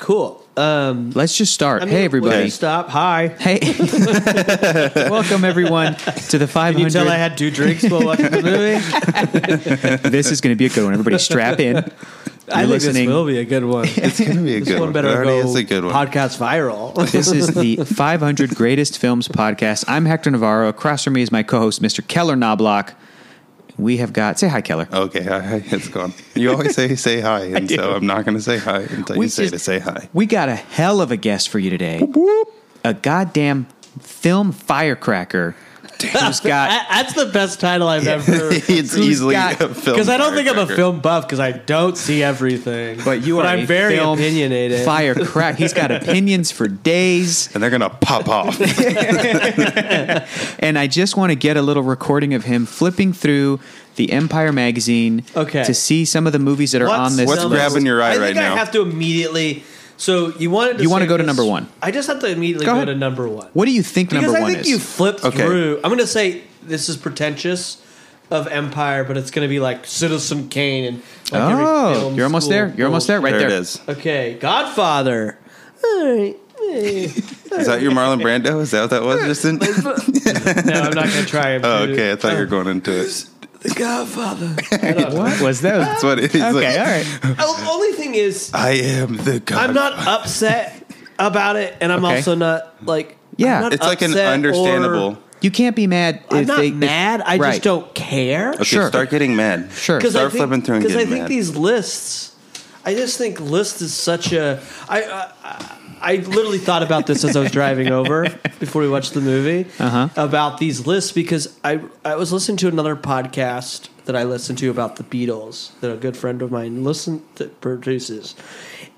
Cool. Um, Let's just start. I mean, hey, we everybody. can Stop. Hi. Hey. Welcome, everyone, to the 500. Can you tell I had two drinks while watching the movie? this is going to be a good one. Everybody strap in. You're I think this will be a good one. It's gonna be a This good one one. better It already go is a good one. podcast viral. This is the 500 Greatest Films podcast. I'm Hector Navarro. Across from me is my co host, Mr. Keller Knobloch. We have got, say hi, Keller. Okay, hi, hi, it's gone. You always say say hi, and so I'm not going to say hi until you say just- to say hi. We got a hell of a guest for you today. A goddamn film firecracker who's got. I, that's the best title I've ever. It's easily a film because I don't think I'm a firecracker. film buff because I don't see everything. But you are I'm a very film opinionated. Firecrack. He's got opinions for days. And they're going to pop off. and I just want to get a little recording of him flipping through the Empire magazine Okay. to see some of the movies that are on this what's list. grabbing your eye I think right I now? have to immediately. So you wanted to You wanna save go to this- number one. I just have to immediately Go go, ahead. to number one. what do you think Because number I one think is? you flipped Okay. through. I'm going to say this is pretentious of Empire, but it's going to be like Citizen Kane and like every oh, film you're almost school there. You're almost there. bullshit. Right there. it is. Okay, Godfather. All right. Eh. Is that your Marlon Brando? Is that what that was, Justin? no, I'm not going to try it. Oh, okay. I thought you were going into it. The Godfather. What was that? That's what it is. okay, all right. Oh, only thing is, I am the God. I'm not upset about it, and I'm Okay. also not like Yeah. I'm not It's like an upset or- understandable. You can't be mad. I'm if not they, if- mad. I right. just don't care. okay, Sure. start getting mad. Sure. Start I think, flipping through and Because getting I think mad. these lists, I just think list is such a. I, I I literally thought about this as I was driving over before we watched the movie Uh-huh. about these lists because I I was listening to another podcast that I listened to about the Beatles that a good friend of mine listen that produces.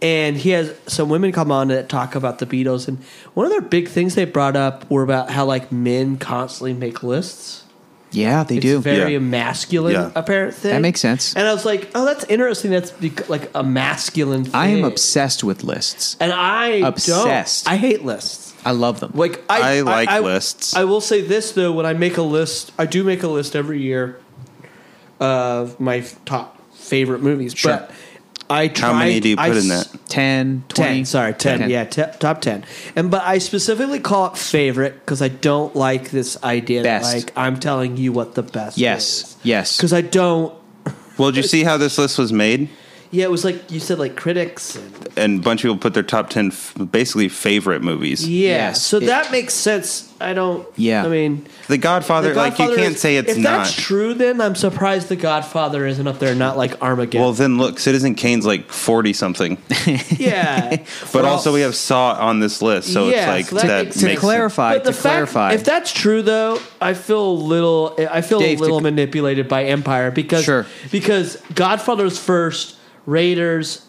And he has some women come on that talk about the Beatles, and one of their big things they brought up were about how like men constantly make lists. Yeah, they It's do. very Yeah. a masculine Yeah. apparent thing. That makes sense. And I was like, oh, that's interesting. That's bec- like a masculine. thing. I am obsessed with lists. and I Obsessed. Don't. I hate lists. I love them. Like I, I like lists. I will say this though: when I make a list, I do make a list every year of my f- top favorite movies. Sure. But I try. How many do you I put in s- that? 10, 20. 10 sorry 10, yeah te- top 10 and but i specifically call it favorite because i don't like this idea that Best. like i'm telling you what the best Yes, yes. because i don't Well, did you see how this list was made? yeah it was like you said like critics and, And a bunch of people put their top 10 f- basically favorite movies. yeah Yes, so it- that makes sense i don't Yeah. i mean The Godfather, The like, you Godfather can't is- say it's if not. that's true then i'm surprised the godfather isn't up there not like armageddon Well, then look, Citizen Kane's like 40 something. yeah But also, we have Saw on this list, so Yeah, it's so like that that, makes makes sense. to clarify, But the to fact, clarify. if that's true, though, I feel a little, I feel Dave, a little to- manipulated by Empire because Sure. because Godfather's first, Raiders,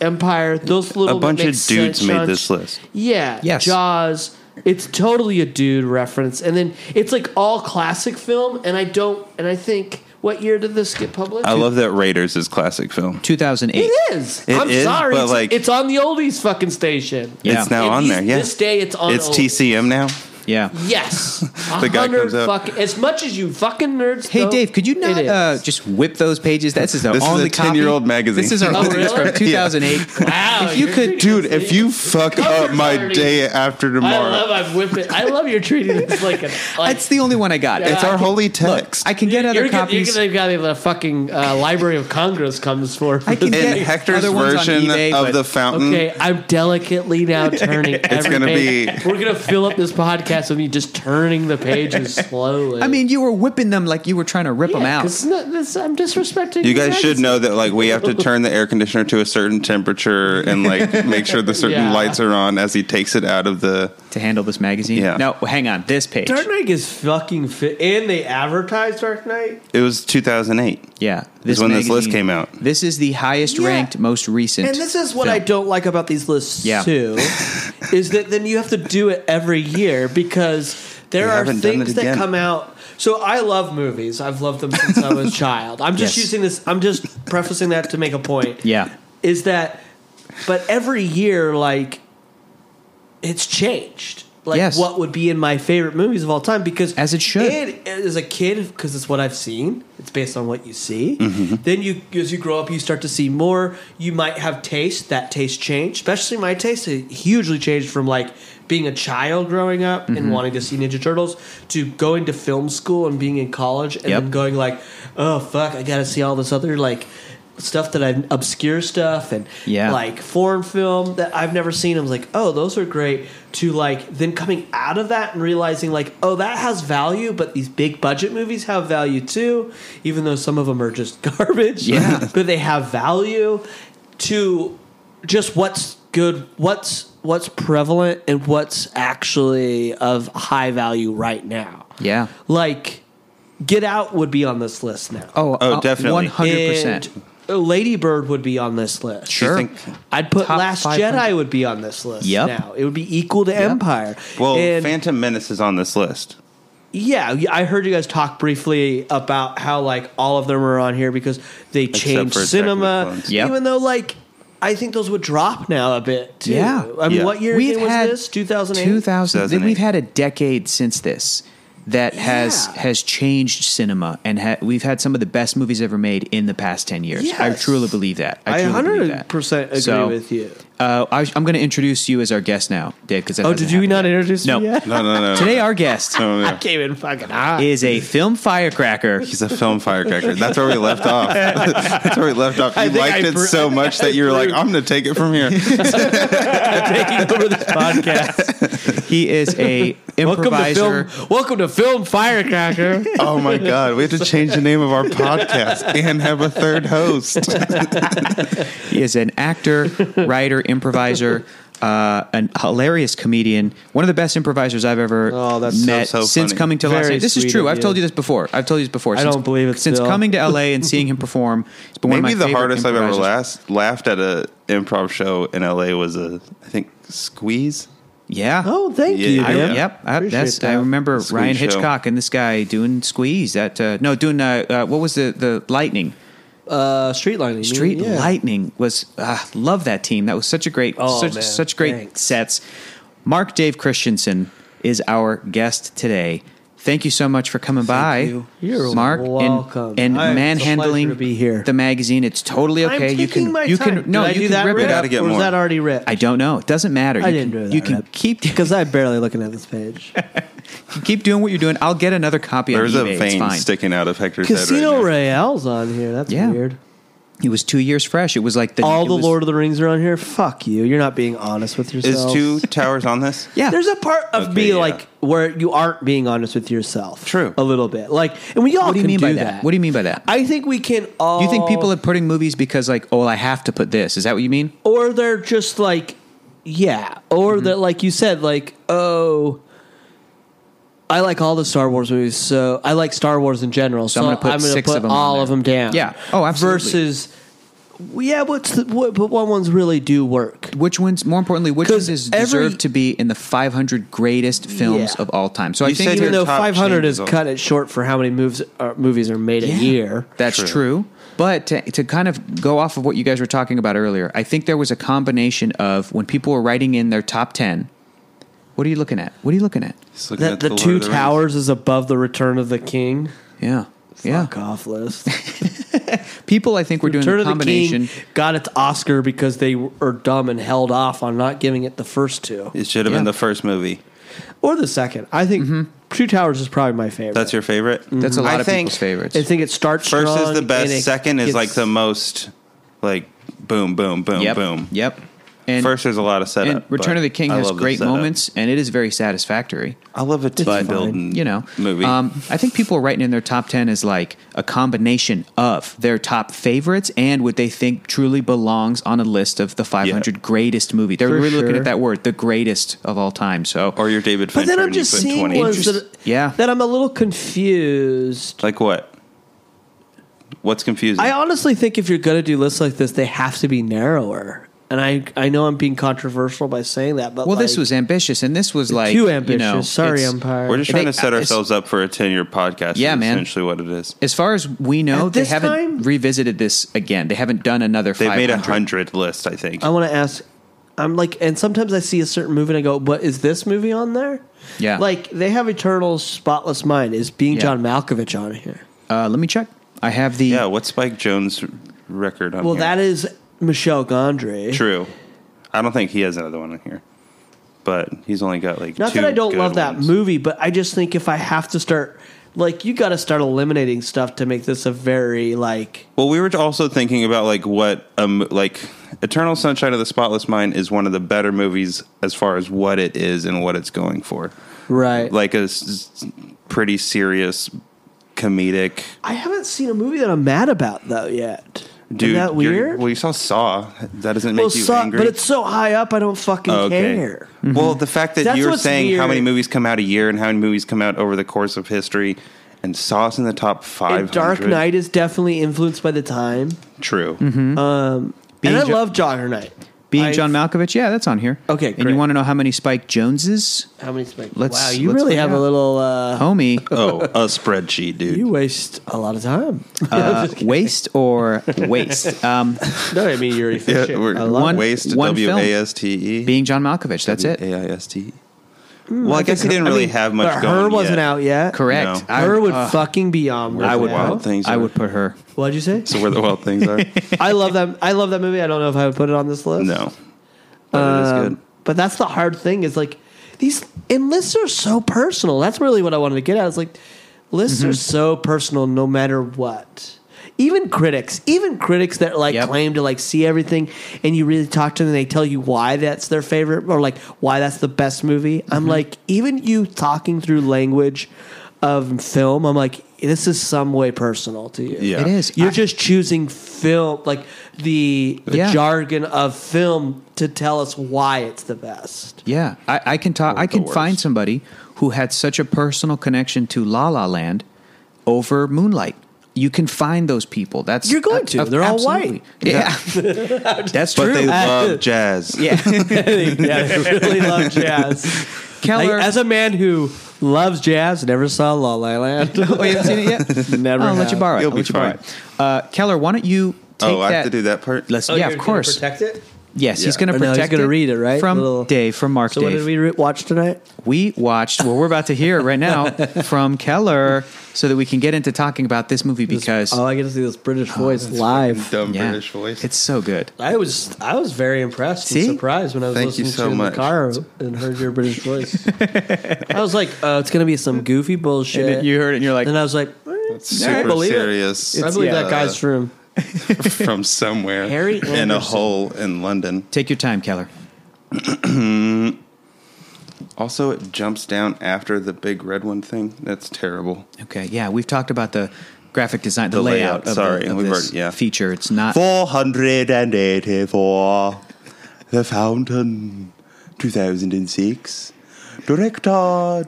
Empire, those a little bunch that of make dudes sense, made chunks. this list. Yeah, Yes. Jaws. It's totally a dude reference, and then it's like all classic film, and I don't, and I think what year did this get published? I love that Raiders is classic film. 2008. it is. It I'm is, sorry, but, it's, like- it's on the oldies fucking station. Yeah. It's now And on these- there. Yeah, This day, it's on. it's oldies. TCM now. Yeah. Yes, The guy comes up. Fuck, as much as you fucking nerds. Hey don't, Dave, could you not it is. uh, just whip those pages? This is our This is a only 10-year-old copy. magazine. This is our Oh, only it's really? from 2008. Wow, if you you're could, pretty- Dude, if you fuck Cover's up my already- day after I tomorrow, love I'm whipping. I love your treating this like an. Like, that's the only one I got. Yeah. it's It's- I our can- holy text. I can get other you're gonna- copies. You're gonna get the fucking uh, Library of Congress comes for. I can and get Hector's other ones on version eBay, of but- the fountain. Okay, I'm delicately now turning. It's Mm-hmm. gonna be- We're gonna fill up this podcast with me just turning the pages slowly. I mean, you were whipping them like you were trying to rip them Yeah, out. 'cause no- this- I'm disrespecting. You the guys should magazine. know that like we have to turn the air conditioner to a certain temperature and like make sure the certain Yeah. lights are on as he takes it out of the. To handle this magazine. Yeah. No, hang on. This page. Dark Knight is fucking fit, and they advertise Dark Knight. It was 2008. Yeah. This is when this list came out. This is the highest Yeah. ranked, most recent. And this is what film. I don't like about these lists Yeah. too, is that then you have to do it every year because there They are haven't done it things that again. come out. So I love movies. I've loved them since I was a child. I'm just Yes. using this. I'm just prefacing that to make a point. Yeah. Is that, but every year, like, it's changed. like Yes. what would be in my favorite movies of all time because As it should. And as a kid, because it's what I've seen, it's based on what you see. Mm-hmm. Then you, as you grow up, you start to see more. You might have taste. That taste changed, especially my taste. It hugely changed from like being a child growing up Mm-hmm. and wanting to see Ninja Turtles to going to film school and being in college and Yep. then going like, oh fuck, I got to see all this other like stuff that I obscure stuff and Yeah. like like foreign film that I've never seen. I was like, oh, those are great. To like then coming out of that and realizing like, oh, that has value, but these big budget movies have value too, even though some of them are just garbage. Yeah. but they have value. To just what's good, what's what's prevalent, and what's actually of high value right now. Yeah. Like, Get Out would be on this list now. Oh, Oh, definitely. One hundred percent. Ladybird would be on this list. Do Sure. you think, I'd put Top Last 500. Jedi would be on this list Yep. now. It would be equal to Empire. well, And, Phantom Menace is on this list. yeah, I heard you guys talk briefly about how like all of them are on here because they changed for Attack of the cinema. Clones. Yep. Even though like I think those would drop now a bit too. Yeah. I mean, Yeah. what year We've again was had this? 2008? 2000 then 2008. we've had a decade since this that has Yeah. has changed cinema and ha- we've had some of the best movies ever made in the past 10 years i Yes. truly believe that i, I truly believe 100% that. agree with you. uh, I, am going to introduce you as our guest now dave because Oh, did you not introduce No. me yet? No, no, no. today our guest Oh, I yeah. came in fucking hot. is a film firecracker He's a film firecracker. That's where we left off. That's where we left off. You think I liked it bru- so much that you were like, "I'm going to take it from here." taking over this podcast. he is a Welcome to improviser film. Welcome to film firecracker. Oh my god, we have to change the name of our podcast and have a third host. He is an actor, writer, improviser, uh, an hilarious comedian, one of the best improvisers I've ever Oh, that's so, met so since funny. coming to Los Very Angeles. This is sweet true. of I've you. told you this before. I've told you this before. I don't believe it Since still. coming to LA and seeing him perform, it's been one Maybe of my the favorite hardest I've ever improvisers. last, laughed at a improv show in LA was a I think Squeeze. Yeah. Oh, thank Yeah, you. yeah, I, yeah. Yep, I, Appreciate that's, I that. remember Squeeze Ryan show. Hitchcock and this guy doing squeeze. That uh, no, doing uh, uh, what was the the lightning? Uh, street lighting. you Street mean? Yeah. Lightning was uh, love that team. That was such a great, Oh, such, man. such great Thanks. sets. Mark Dave Christensen is our guest today. Thank you so much for coming by, you. You're Mark, and- welcome. and, I- it's a manhandling pleasure to be here. the magazine. It's totally I'm okay. you taking can, my you time. can, no, Did I you do can that rip rip? it up. Gotta get or was more. that already ripped? I don't know. It doesn't matter. I you didn't can, do that. You can keep because I'm barely looking at this page. keep doing what you're doing. I'll get another copy. There's on E a eBay. It's vein fine. sticking out of Hector's Casino head. Right Royale's on here. That's Yeah. weird. It was two years fresh. It was like the All it the was- Lord of the Rings are on here. Fuck you. You're not being honest with now. Is yourself. two towers on this? Yeah. There's a part of Okay, me yeah. like where you aren't being honest with yourself. True. A little bit. Like, and we all What do you can mean do by that. that? What do you mean by that? I think we can all. Do you think people are putting movies because like, oh, well, I have to put this? Is that what you mean? or they're just like yeah or Mm-hmm. that like you said like oh I like all the Star Wars movies, so I like Star Wars in general. So, I'm gonna put I'm going to six put of 'em on all there. of them down. Yeah. Oh, absolutely. Versus, yeah, what's the, what, but one ones really do work. Which ones? More importantly, which 'Cause ones is every- deserved to be in the 500 greatest films Yeah. of all time? So I You think said Even your though top 500 changes is on- cut it short for how many moves are, movies are made Yeah. a year. That's true. True. But to, to kind of go off of what you guys were talking about earlier, I think there was a combination of when people were writing in their top 10. What are you looking at? What are you looking at? Just looking That at the, Lord Two of the Rings. Towers is above the Return of the King. Yeah. Yeah. Fuck off list. People, I think, were doing Return the of the King combination. got its Oscar because they are dumb and held off on not giving it the first two It should have Yeah. been the first movie. or the second. I think Two Towers is probably my favorite. Mm-hmm. That's your favorite. That's a lot I of think people's favorites. Mm-hmm. I think it starts First strong is the best. and it Second is gets- like the most, like boom, boom, boom, yep. boom. Yep. And, First, there's a lot of setup. and Return but of the King I has love the great setup. moments, and it is very satisfactory. I love a team fine. building, you know movie. Um, I think people are writing in their top ten is like a combination of their top favorites and what they think truly belongs on a list of the 500 greatest movie. They're For really looking sure. at that word, the greatest of all time. So or your David But Fincher. then I'm and you just put seeing 20. ones that Yeah. that I'm a little confused. Like what? What's confusing? I honestly think if you're gonna do lists like this, they have to be narrower. And I I know I'm being controversial by saying that, but well, this like, was ambitious, and this was like too ambitious. You know, Sorry, it's- Empire. We're just They- trying to set it's- ourselves up for a ten-year podcast. Yeah, is man. Essentially, what it is. As far as we know, At they this haven't time- revisited this again. They haven't done another. They've made a 500. hundred list, I think. I want to ask I'm like, and sometimes I see a certain movie and I go, "But is this movie on there?" Yeah. like they have Eternal Spotless Mind. Is Being Yeah. John Malkovich on here? Uh, let me check. I have the. Yeah, what's Spike Jones' record on Well, here? that is Michelle Gondry. True. I don't think he has another one in here, but he's only got like. Not two that I don't good love that ones. movie, but I just think if I have to start, like, you got to start eliminating stuff to make this a very like. Well, we were also thinking about like what um like Eternal Sunshine of the Spotless Mind is one of the better movies as far as what it is and what it's going for. Right. Like, Like a s- s- pretty serious comedic I haven't seen a movie that I'm mad about though yet. dude. Isn't that you're- weird? Well, you saw Saw. That doesn't make Well, you so- angry. but it's so high up, I don't fucking care. Mm-hmm. Well, the fact that That's you're what's saying how many weird. movies come out a year and how many movies come out over the course of history, and Saw's in the top five. And Dark Knight is definitely influenced by the time, True. Mm-hmm. Being and I Jo- love Joker Knight. Being I- John Malkovich, yeah, that's on here. Okay, And great. you want to know how many Spike Joneses? How many? Spike- Let's- wow, you let's really find have a out. little. Uh, Homie, Oh, a spreadsheet, dude. You waste a lot of time. uh, waste or waste? Um, no, I mean you're yeah, efficient. we're I love One- waste one W film. A S T E. being John Malkovich, that's it. A I S T E. Well, I guess he didn't Hmm, I really mean, have much but going. Her wasn't yet. out yet. Correct. No. I- Her would uh, fucking be on. Where's I right would. now. Wild Things I are- would put her. What'd you say? So where the wild things are? I love that. I love that movie. I don't know if I would put it on this list. no, but it is Um, good. But that's the hard thing is like these and lists are so personal. That's really what I wanted to get at. It's like lists Mm-hmm. are so personal no matter what. Even critics, even critics that like Yep. claim to like see everything and you really talk to them and they tell you why that's their favorite or like why that's the best movie. Mm-hmm. I'm like, even you talking through language of film, I'm like, this is some way personal to you. Yeah. It is. You're I- just choosing film, like the, the Yeah. jargon of film, to tell us why it's the best. Yeah, I, I can talk. Or I the can worst. find somebody who had such a personal connection to La La Land over Moonlight. You can find those people. That's You're going to. They're all white. Yeah, that's But true. they Uh, love jazz. yeah, yeah, I really love jazz. Like, Keller. as a man who loves jazz, never saw La La Land. oh, you haven't seen it yet. never. I'll let have. you borrow it. You'll I'll be let you borrow it. Uh, Keller, why don't you take Oh, I that? have to do that part. Let's, Oh, yeah, you're of gonna course. Protect it. Yes, he's Yeah. going to Or no, he's protect gonna it read it, right? From Little- Dave, from Mark So, what Dave. did we re- watch tonight? we watched, well, we're about to hear it right now from Keller so that we can get into talking about this movie because oh, I get to see this British Ah, voice live. Dumb yeah, British voice. it's so good. I was I was very impressed See? and surprised when I was Thank you listening to so you in much. the car and heard your British voice. I was like, oh, it's gonna be some goofy bullshit. And you heard it and you're like, and I was like, It's "Eh, I super believe it." serious. I believe that guy's uh, from. from somewhere Harry in a Anderson. hole in London. take your time, Keller. Also, it jumps down after the big red one thing. That's terrible. Okay, yeah, we've talked about the graphic design, the, The layout, layout, of, sorry, the, of we've this already- yeah. feature. It's not. 484 The Fountain 2006 Director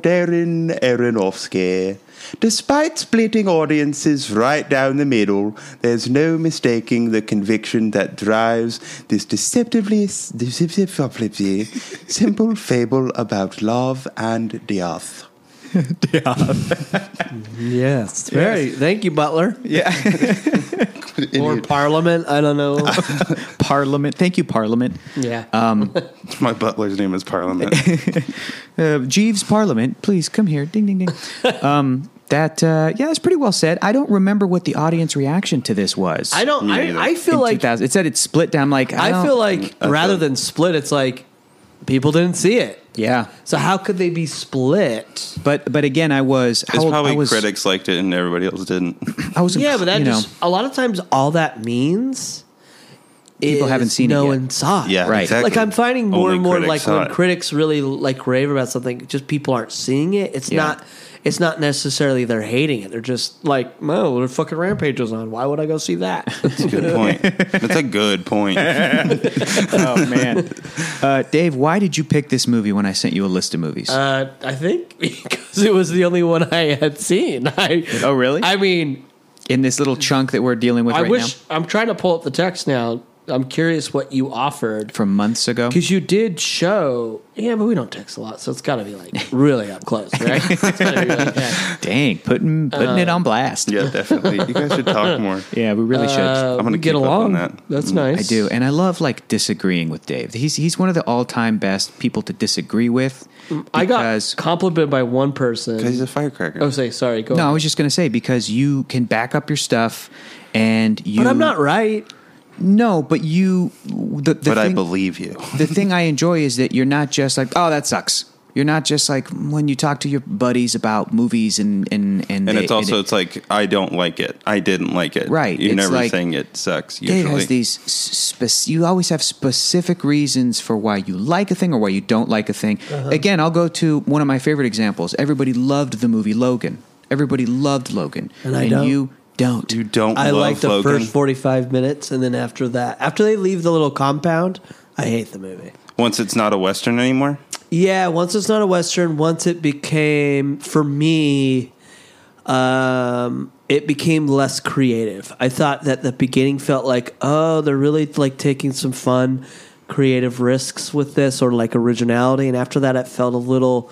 Darren Aronofsky Despite splitting audiences right down the middle, there's no mistaking the conviction that drives this deceptively deceptively simple fable about love and death. Yes, very. Thank you, Butler. yeah, Or Parliament. I don't know. Parliament. Thank you, Parliament. yeah. Um, My butler's name is Parliament. uh, Jeeves Parliament, please come here. Ding, ding, ding. um, that uh, yeah, that's pretty well said. I don't remember what the audience reaction to this was. I don't. Me I, neither. I feel in like 2000. it said it's split down. Like I, I don't- feel like I rather feel- than split, it's like people didn't see it. yeah, So how could they be split? but but again, I was how It's old, probably I was, critics liked it and everybody else didn't. I was Yeah, but that you know, just a lot of times all that means People is haven't seen it no yet. one saw it. Yeah, Right. exactly. Like I'm finding more Only and more critics like saw when it. critics really like rave about something, just people aren't seeing it. It's Yeah. not. It's not necessarily they're hating it. They're just like, no, their fucking rampage was on. Why would I go see that? That's a good point. That's a good point. oh man, uh, Dave, why did you pick this movie when I sent you a list of movies? uh, I think because it was the only one I had seen. I, Oh, really? I mean, in this little chunk that we're dealing with I right wish I'm trying to pull up the text now I'm curious what you offered from months ago. because you did show. Yeah, but we don't text a lot, so it's got to be like really up close, right? It's gotta be really intense. Dang, putting putting it Uh, on blast. Yeah, definitely. You guys should talk more. Yeah, we really should. Uh, I'm gonna we get keep up along. on that. That's Mm, nice. I do, and I love like disagreeing with Dave. He's he's one of the all time best people to disagree with. I got because- complimented by one Because he's person. a firecracker. Oh, say sorry. Go. No, I on. was just gonna say because you can back up your stuff, and you. but I'm not right. No, but you. The, the but I thing- believe you. the thing I enjoy is that you're not just like, oh, that sucks. You're not just like when you talk to your buddies about movies and and and, And they- it's also and it's like I don't like it. I didn't like it. Right, You're it's never like- saying it sucks. Dave Usually, has these spec- you always have specific reasons for why you like a thing or why you don't like a thing. Uh-huh. Again, I'll go to one of my favorite examples. Everybody loved the movie Logan. Everybody loved Logan, And I don't. you don't. you don't. I love like the Logan. first 45 minutes, and then after that, after they leave the little compound, I hate the movie. Once it's not a western anymore. Yeah, once it's not a western, once it became for me, um, it became less creative. I thought that the beginning felt like, oh, they're really like taking some fun, creative risks with this, or like originality. And after that, it felt a little.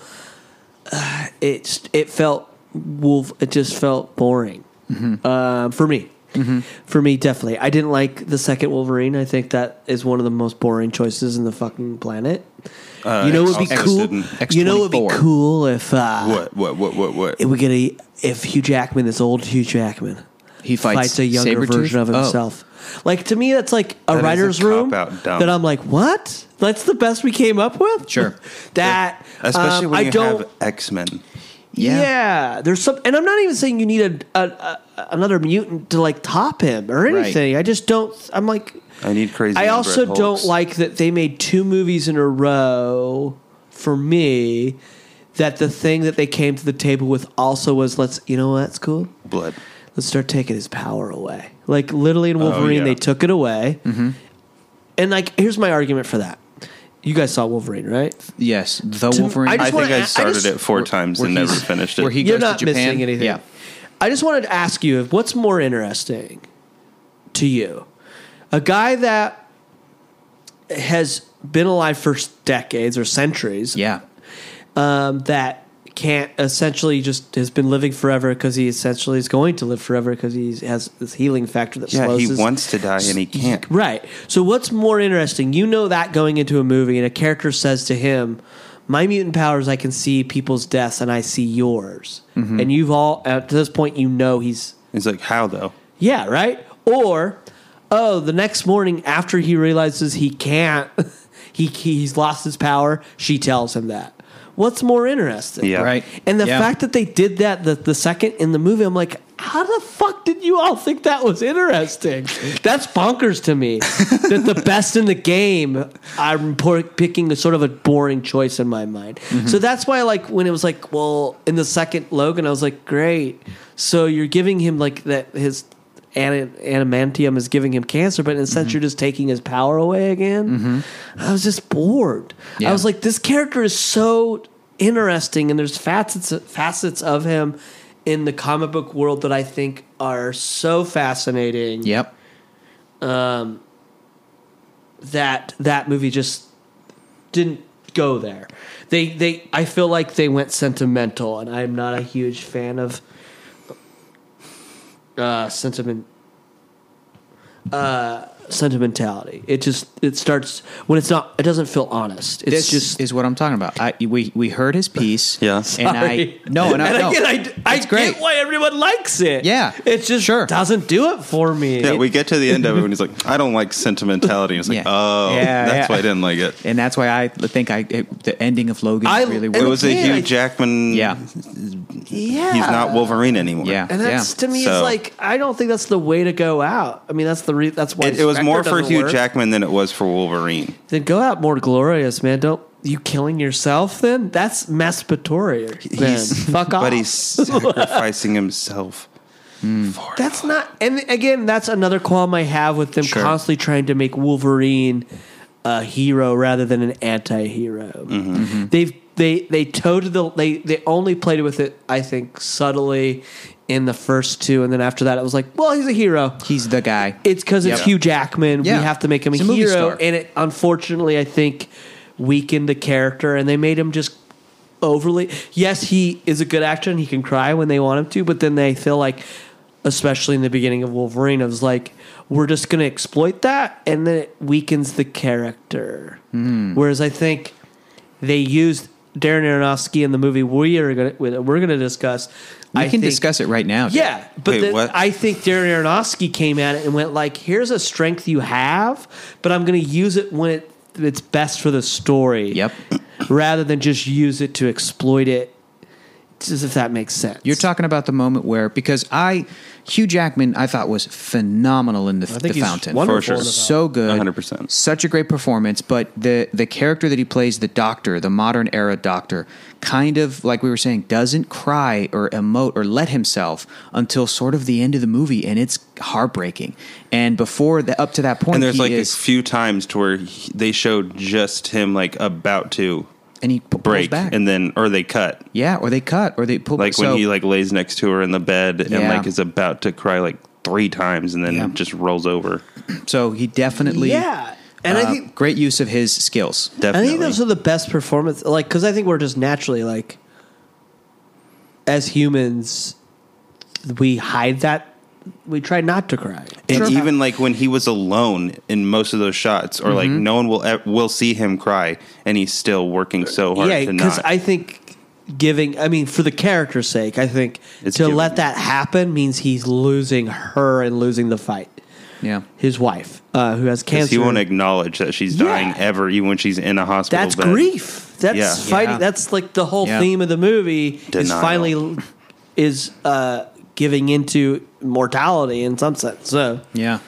Uh, it it felt wolf. It just felt boring Mm-hmm. uh, for me. For me, definitely. I didn't like the second Wolverine. I think that is one of the most boring choices in the fucking planet. you know, it would be Uh, X- cool. X- You know, it would be X24. cool if uh, What? What? What? What? What? it would get a e, if Hugh Jackman, this old Hugh Jackman, He fights a younger Sabretooth? version of Oh. himself. Like to me, that's like a is a writer's room cop-out dumb. that I'm like, what? That's the best we came up with. Sure. that Especially um, when I you don't. have X Men. yeah. there's some, and I'm not even saying you need a, a, a another mutant to like top him or Right. anything. I just don't. I'm like, I need crazy. I Brett also Hulks. don't like that they made two movies in a row for me that the thing that they came to the table with also was let's you know what's cool? blood. Let's start taking his power away. Like literally in Wolverine yeah. they took it away. And like here's my argument for that. You guys saw Wolverine, right? Yes, the To- Wolverine. I I just think wanna- I- I I started just- it four times where and never he's- finished it. where he You're goes to not Japan. missing anything. Yeah. I just wanted to ask you if what's more interesting to you? A guy that has been alive for decades or centuries yeah. um, that can't essentially just has been living forever because he essentially is going to live forever because he has this healing factor that yeah, slows he his- wants to die and he can't. Right. So what's more interesting? You know that going into a movie and a character says to him, "My mutant powers, I can see people's deaths and I see yours." And you've all at this point you know he's He's like, how though? yeah, right? Or, oh, the next morning after he realizes he can't, he he's lost his power, she tells him that. What's more interesting? Yeah. Right. And the Yeah. fact that they did that the, the second in the movie, I'm like, how the fuck did you all think that was interesting? That's bonkers to me. that the best in the game, I'm por- picking a sort of a boring choice in my mind. Mm-hmm. So that's why, like, when it was like, well, in the second Logan, I was like, great. So you're giving him like that his an- adamantium is giving him cancer, but instead Mm-hmm. you're just taking his power away again. I was just bored. I Yeah. was like, this character is so interesting, and there's facets facets of him in the comic book world that I think are so fascinating Yep. that that movie just didn't go there. They they I feel like they went sentimental, and I'm not a huge fan of uh, sentiment uh, sentimentality. It just it starts when it's not. It doesn't feel honest. It's this just is what I'm talking about. I we we heard his piece. Yeah. and I Sorry. no, and I no, again, I, I It's great. get why everyone likes it. Yeah. it just Sure. doesn't do it for me. Yeah, we get to the end of it and he's like, I don't like sentimentality. And it's like, Yeah. oh, Yeah, that's yeah. why I didn't like it. and that's why I think I it, the ending of Logan I- really and worked. It was a Yeah, I- Hugh Jackman. yeah, yeah, He's not Wolverine anymore. Yeah. And that's to me is So- like I don't think that's the way to go out. I mean that's the re- that's why It, it was Spectre more for doesn't Hugh work. Jackman than it was for Wolverine. Then go out more glorious, man. Don't you killing yourself? Then that's masturbatory. Then fuck off. But he's sacrificing himself. for it. That's not. And again, that's another qualm I have with them Sure. constantly trying to make Wolverine a hero rather than an anti-hero. They've they they toed the they they only played with it I think subtly in the first two, and then after that, it was like, well, he's a hero. He's the guy. It's because it's Yep. Hugh Jackman. Yeah. We have to make him a, He's a movie hero, star. and it unfortunately, I think weakened the character, and they made him just overly. Yes, he is a good actor, and he can cry when they want him to, but then they feel like, especially in the beginning of Wolverine, it was like we're just going to exploit that, and then it weakens the character. Hmm. Whereas I think they used. Darren Aronofsky in the movie we are gonna we're gonna discuss. We I can think- discuss it right now. dude. yeah, but Wait, then what? I think Darren Aronofsky came at it and went like, "Here's a strength you have, but I'm going to use it when it, it's best for the story." Yep. Rather than just use it to exploit it, just if that makes sense. You're talking about the moment where because I Hugh Jackman I thought was phenomenal in the, think the he's Fountain. wonderful For sure. in The So good. 100%. Such a great performance, but the the character that he plays the doctor, the modern era doctor, kind of like we were saying doesn't cry or emote or let himself until sort of the end of the movie and it's heartbreaking. And before the, up to that point And there's he like is a few times to where he, they showed just him like about to and he p- pulls break, back. and then or they cut. yeah, or they cut or they pull Like so- when he like lays next to her in the bed and Yeah. like is about to cry like three times and then Yeah. just rolls over. so he definitely yeah, and I uh, think great use of his skills. I Definitely. think those are the best performance. Like, because I think we're just naturally like, as humans, we hide that. We try not to cry. and Sure. even like when he was alone in most of those shots, or Mm-hmm. like no one will ev- will see him cry, and he's still working so hard yeah, to not. I think giving. I mean, for the character's sake, I think It's to giving. let that happen means he's losing her and losing the fight. Yeah. His wife, uh, who has because cancer, he won't acknowledge that she's Yeah. dying ever, even when she's in a hospital. that's bed. grief. That's Yeah. fighting. Yeah. That's like the whole Yeah. theme of the movie is Denial. finally is uh, giving into mortality in some sense. So Yeah.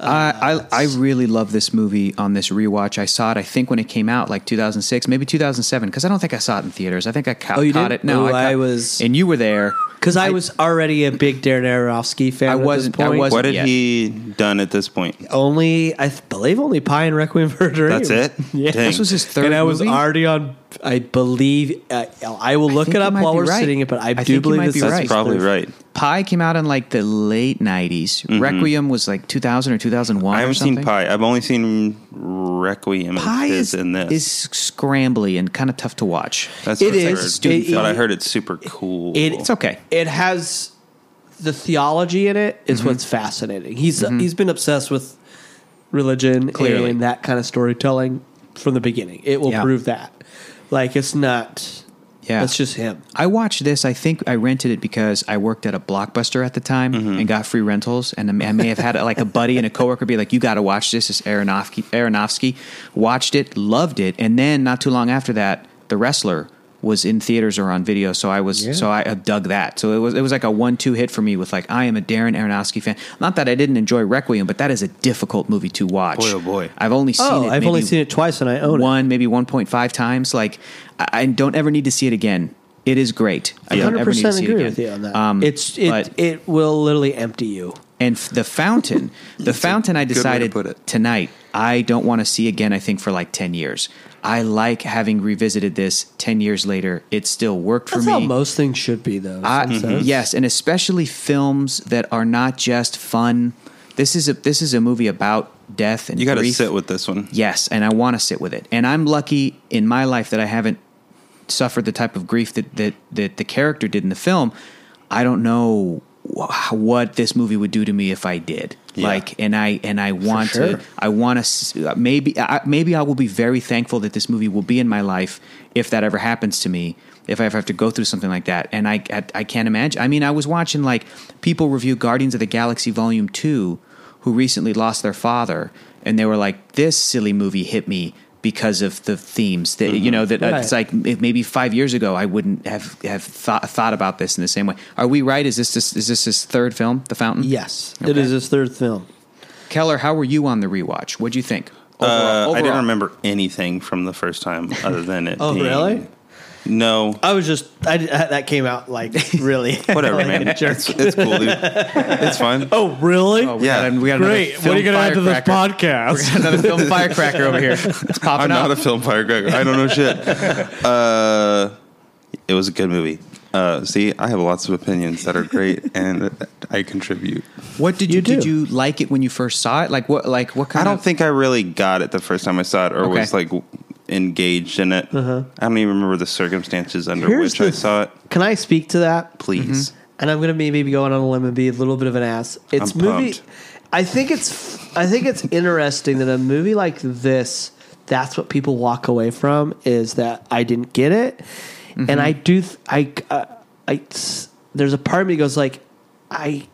Uh, I, I I really love this movie on this rewatch. I saw it, I think, when it came out, like 2006, maybe 2007, because I don't think I saw it in theaters. I think I ca- Oh, you caught didn't? it. No, Oh, I caught- was- and you were there. because I, was already a big Darren Aronofsky fan, I at this wasn't- I point. wasn't- What had Yeah. he done at this point? Only I th- believe only Pie and Requiem for a Dream. That's it? Yeah, Dang. This was his third. and I was movie? already on. I believe uh, I will look think it you up might while be we're right. sitting it, but I, I think do you believe might this be is That's right. probably right. Pie came out in like the late 90s. Requiem was like 2000 or 2001. Mm-hmm. I haven't or seen something. Pie. I've only seen Requiem. Pie is, is, in this. is scrambly and kind of tough to watch. That's It what I is. heard. It's a student but film. I heard it's super cool. It- It's okay. It has the theology in it Mm-hmm. is what's fascinating. He's he's been obsessed with religion Clearly. and that kind of storytelling from the beginning. It will Yeah. prove that. Like it's not. Yeah. that's just him. I watched this. I think I rented it because I worked at a Blockbuster at the time Mm-hmm. and got free rentals. And I may have had like a buddy and a coworker be like, "You got to watch this." This is Aronofsky. Aronofsky watched it, loved it, and then not too long after that, The Wrestler was in theaters or on video. So I was so I uh, dug that. So it was it was like a one two hit for me with like I am a Darren Aronofsky fan. Not that I didn't enjoy Requiem, but that is a difficult movie to watch. Boy, oh, boy. I've only seen Oh, it. I've maybe only seen it twice, and I own it. one, maybe 1.5 times. Like, I, I don't ever need to see it again. It is great. I I don't hundred ever need to percent see agree it with you again. on that. Um, it's it but- it will literally empty you. and f- the fountain, the fountain, I way to decided put it. tonight. I don't want to see again. I think for like ten years. I like having revisited this ten years later. It still worked for That's me. how most things should be, though. I- mm-hmm. some sense. yes, and especially films that are not just fun. This is a this is a movie about death and you got to grief. sit with this one. Yes, and I want to sit with it. And I'm lucky in my life that I haven't suffered the type of grief that that, that the character did in the film. I don't know wh- what this movie would do to me if I did. Yeah. Like, and I and I want sure. to. I want to. Maybe I, maybe I will be very thankful that this movie will be in my life if that ever happens to me. If I ever have to go through something like that, and I I, I can't imagine. I mean, I was watching like people review Guardians of the Galaxy Volume Two, who recently lost their father, and they were like, "This silly movie hit me." Because of the themes that you know that uh, it's Right. like like if maybe five years ago I wouldn't have have thought, thought about this in the same way. Are we right? Is this, this is this his third film, The Fountain? Yes, it is his third film. Keller, how were you on the rewatch? What'd you think? Uh, I didn't overall. remember anything from the first time other than it. Oh, being- really? No. I was just I, that came out like really Whatever, like a man. jerk. It's, it's cool, dude. It's fun. Oh really? Oh, we Yeah. got an- we got another Great. What film are you gonna add to this firecracker. We got podcast? another film firecracker over here. It's popping I'm up. not a film firecracker. I don't know shit. Uh, it was a good movie. Uh, see, I have lots of opinions that are great, and I contribute. What did you, You did do. you like it when you first saw it? Like what like what kind I don't of think I really got it the first time I saw it, or Okay. was like w- engaged in it. I don't even remember the circumstances under Uh-huh. Here's which the- Mm-hmm. I saw it. Can I speak to that? Please, and I'm gonna maybe go out on a limb and be a little bit of an ass. It's I'm movie. pumped. I think it's I think it's interesting that a movie like this, that's what people walk away from is that I didn't get it, and I do th- I uh, I s- there's a part of me goes like I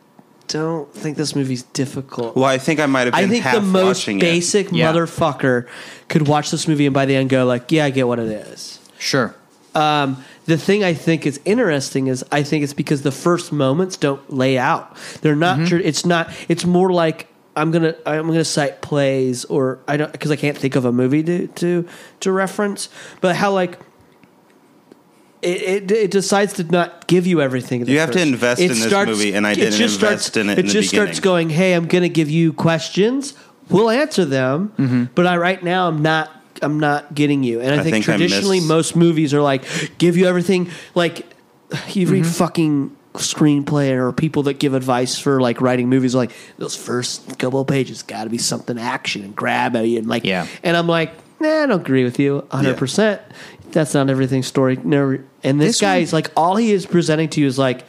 don't think this movie's difficult. well, I think I might have been I think half the most watching it. basic Yeah. motherfucker could watch this movie and by the end go like, yeah, I get what it is. Sure. Um, the thing I think is interesting is I think it's because the first moments don't lay out. They're not. Mm-hmm. tr- It's not. It's more like I'm gonna I'm gonna cite plays or I don't because I can't think of a movie to to to reference. But how like. It, it, it decides to not give you everything. at the You have to first. invest in this movie, and I it didn't just starts- invest in it in the just starts beginning. going, "Hey, I'm going to give you questions. We'll answer them, but I right now I'm not. I'm not getting you." And I, Mm-hmm. I think, think I traditionally miss- most movies are like give you everything. Like you read Mm-hmm. fucking screenplay or people that give advice for like writing movies, like those first couple of pages got to be something action and grab at you and like Yeah. And I'm like, nah, I don't agree with you 100. percent That's not everything story. No, and this, This one- guy's like all he is presenting to you is like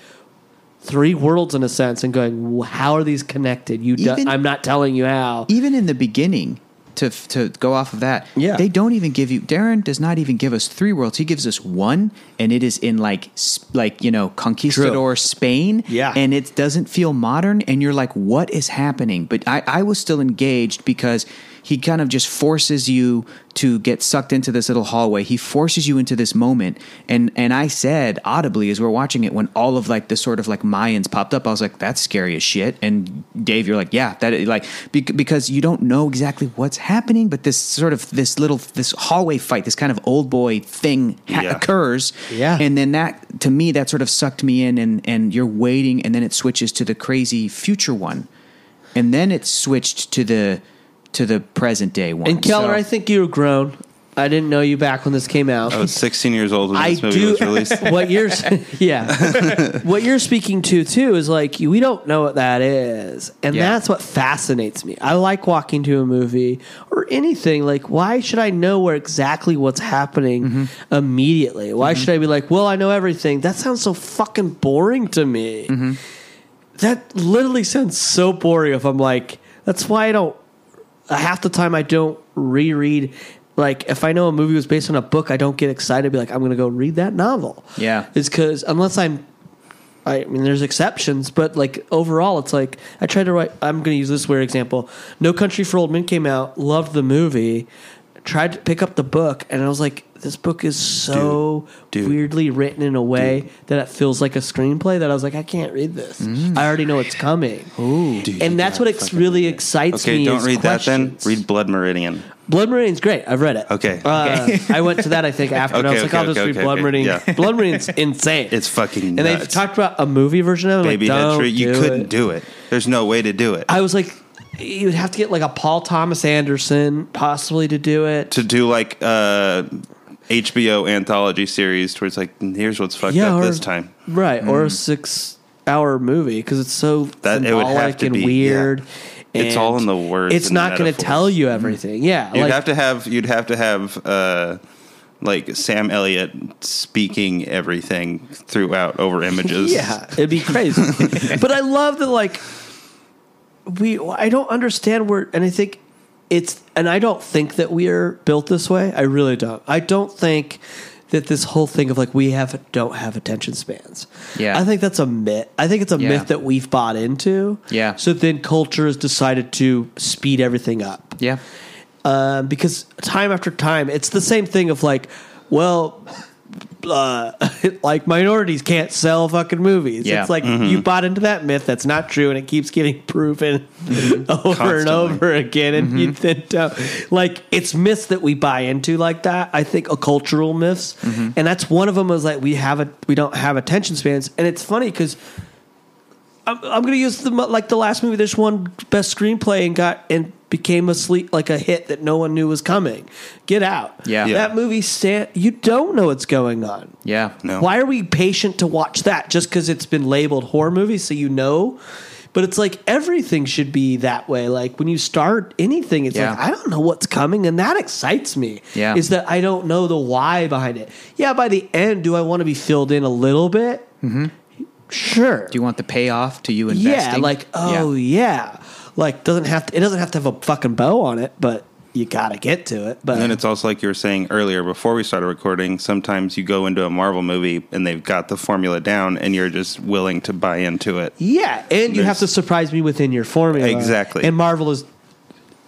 three worlds in a sense and going "Wh- how are these connected you do- Even- i'm not telling you how Even in the beginning to to go off of that. Yeah. They don't even give you Darren does not even give us three worlds. He gives us one and it is in like s- like you know conquistador Spain. Yeah. And it doesn't feel modern and you're like what is happening? But I I was still engaged because he kind of just forces you to get sucked into this little hallway. He forces you into this moment, and and I said audibly as we're watching it when all of like the sort of like Mayans popped up, I was like, "That's scary as shit." And Dave, you're like, "Yeah, that is like bec- because you don't know exactly what's happening, but this sort of this little this hallway fight, this kind of old boy thing ha- Yeah. occurs, Yeah. and then that to me that sort of sucked me in, and and you're waiting, and then it switches to the crazy future one, and then it switched to the to the present day one. and keller So- i think you were grown i didn't know you back when this came out I was 16 years old when I this movie do. was released. What you're, yeah, what you're speaking to too is like we don't know what that is, and Yeah. that's what fascinates me. I like walking to a movie or anything. Like, why should I know where exactly what's happening Mm-hmm. immediately? Why should I be like, well, I know everything? That sounds so fucking boring to me. Mm-hmm. That literally sounds so boring. If I'm like, that's why I don't uh, half the time I don't reread. Like if I know a movie was based on a book, I don't get excited. Be like, I'm going to go read that novel. Yeah. it's because unless I'm, I mean, there's exceptions, but like overall, it's like I try to write. I'm going to use this weird example. No Country for Old Men came out. Loved the movie. Tried to pick up the book, and I was like, this book is so Dude. Dude. weirdly written in a way that it feels like a screenplay. That I was like, I can't read this. I already know it's coming. Ooh, Mm. Dude, you and that's what gotta ex- fucking really read it. excites Okay, me. don't is read that questions. then. Read Blood Meridian. Blood Meridian's great. I've read it. Okay. Uh, I went to that, I think, after. and I was Okay, like, okay, I'll just okay, read okay, Blood okay. Meridian. Yeah. Blood Meridian's insane. It's fucking And they nuts. talked about a movie version of it. Baby Baby head like, don't tree. You do couldn't it. do it. There's no way to do it. I was like, you would have to get like a Paul Thomas Anderson possibly to do it. to do like uh HBO anthology series towards like here's what's fucked up or- this time. Hmm. Right. Or a six hour movie because it's so That- it would symbolic have to and be, yeah. weird. It's and all in the words It's and not going to metaphors. tell you everything. Yeah. You'd like, have to have you'd have to have uh like Sam Elliott speaking everything throughout over images. Yeah, it'd be crazy. but I love that, like, we, I don't understand where, and I think it's, and I don't think that we are built this way. I really don't. I don't think that this whole thing of like we have don't have attention spans. Yeah. I think that's a myth. I think it's a Yeah. myth that we've bought into. Yeah. So then culture has decided to speed everything up yeah, um, because time after time, it's the same thing of like, well, uh, like minorities can't sell fucking movies. Yeah. It's like you bought into that myth that's not true, and it keeps getting proven over and Constantly. over again. And you then don't like it's myths that we buy into like that. I think a cultural myths, and that's one of them. Is like we have a we don't have attention spans, and it's funny because. I'm, I'm gonna use the mo- like the last movie. This one best screenplay and got and became a sleep like a hit that no one knew was coming. Get out. Yeah. Yeah. That movie stand you don't know what's going on. Yeah. No. Why are we patient to watch that just because it's been labeled horror movie so you know? But it's like everything should be that way. Like when you start anything, it's Yeah. like, I don't know what's coming. And that excites me. Yeah. Is that I don't know the why behind it. Yeah, by the end, do I want to be filled in a little bit? Mm-hmm. Sure. Do you want the payoff to you investing? Yeah, like oh Yeah. yeah. like doesn't have to, it doesn't have to have a fucking bow on it, but you gotta get to it. But And then it's also like you were saying earlier before we started recording, sometimes you go into a Marvel movie and they've got the formula down and you're just willing to buy into it. yeah, and you have There's- to surprise me within your formula Exactly. And Marvel has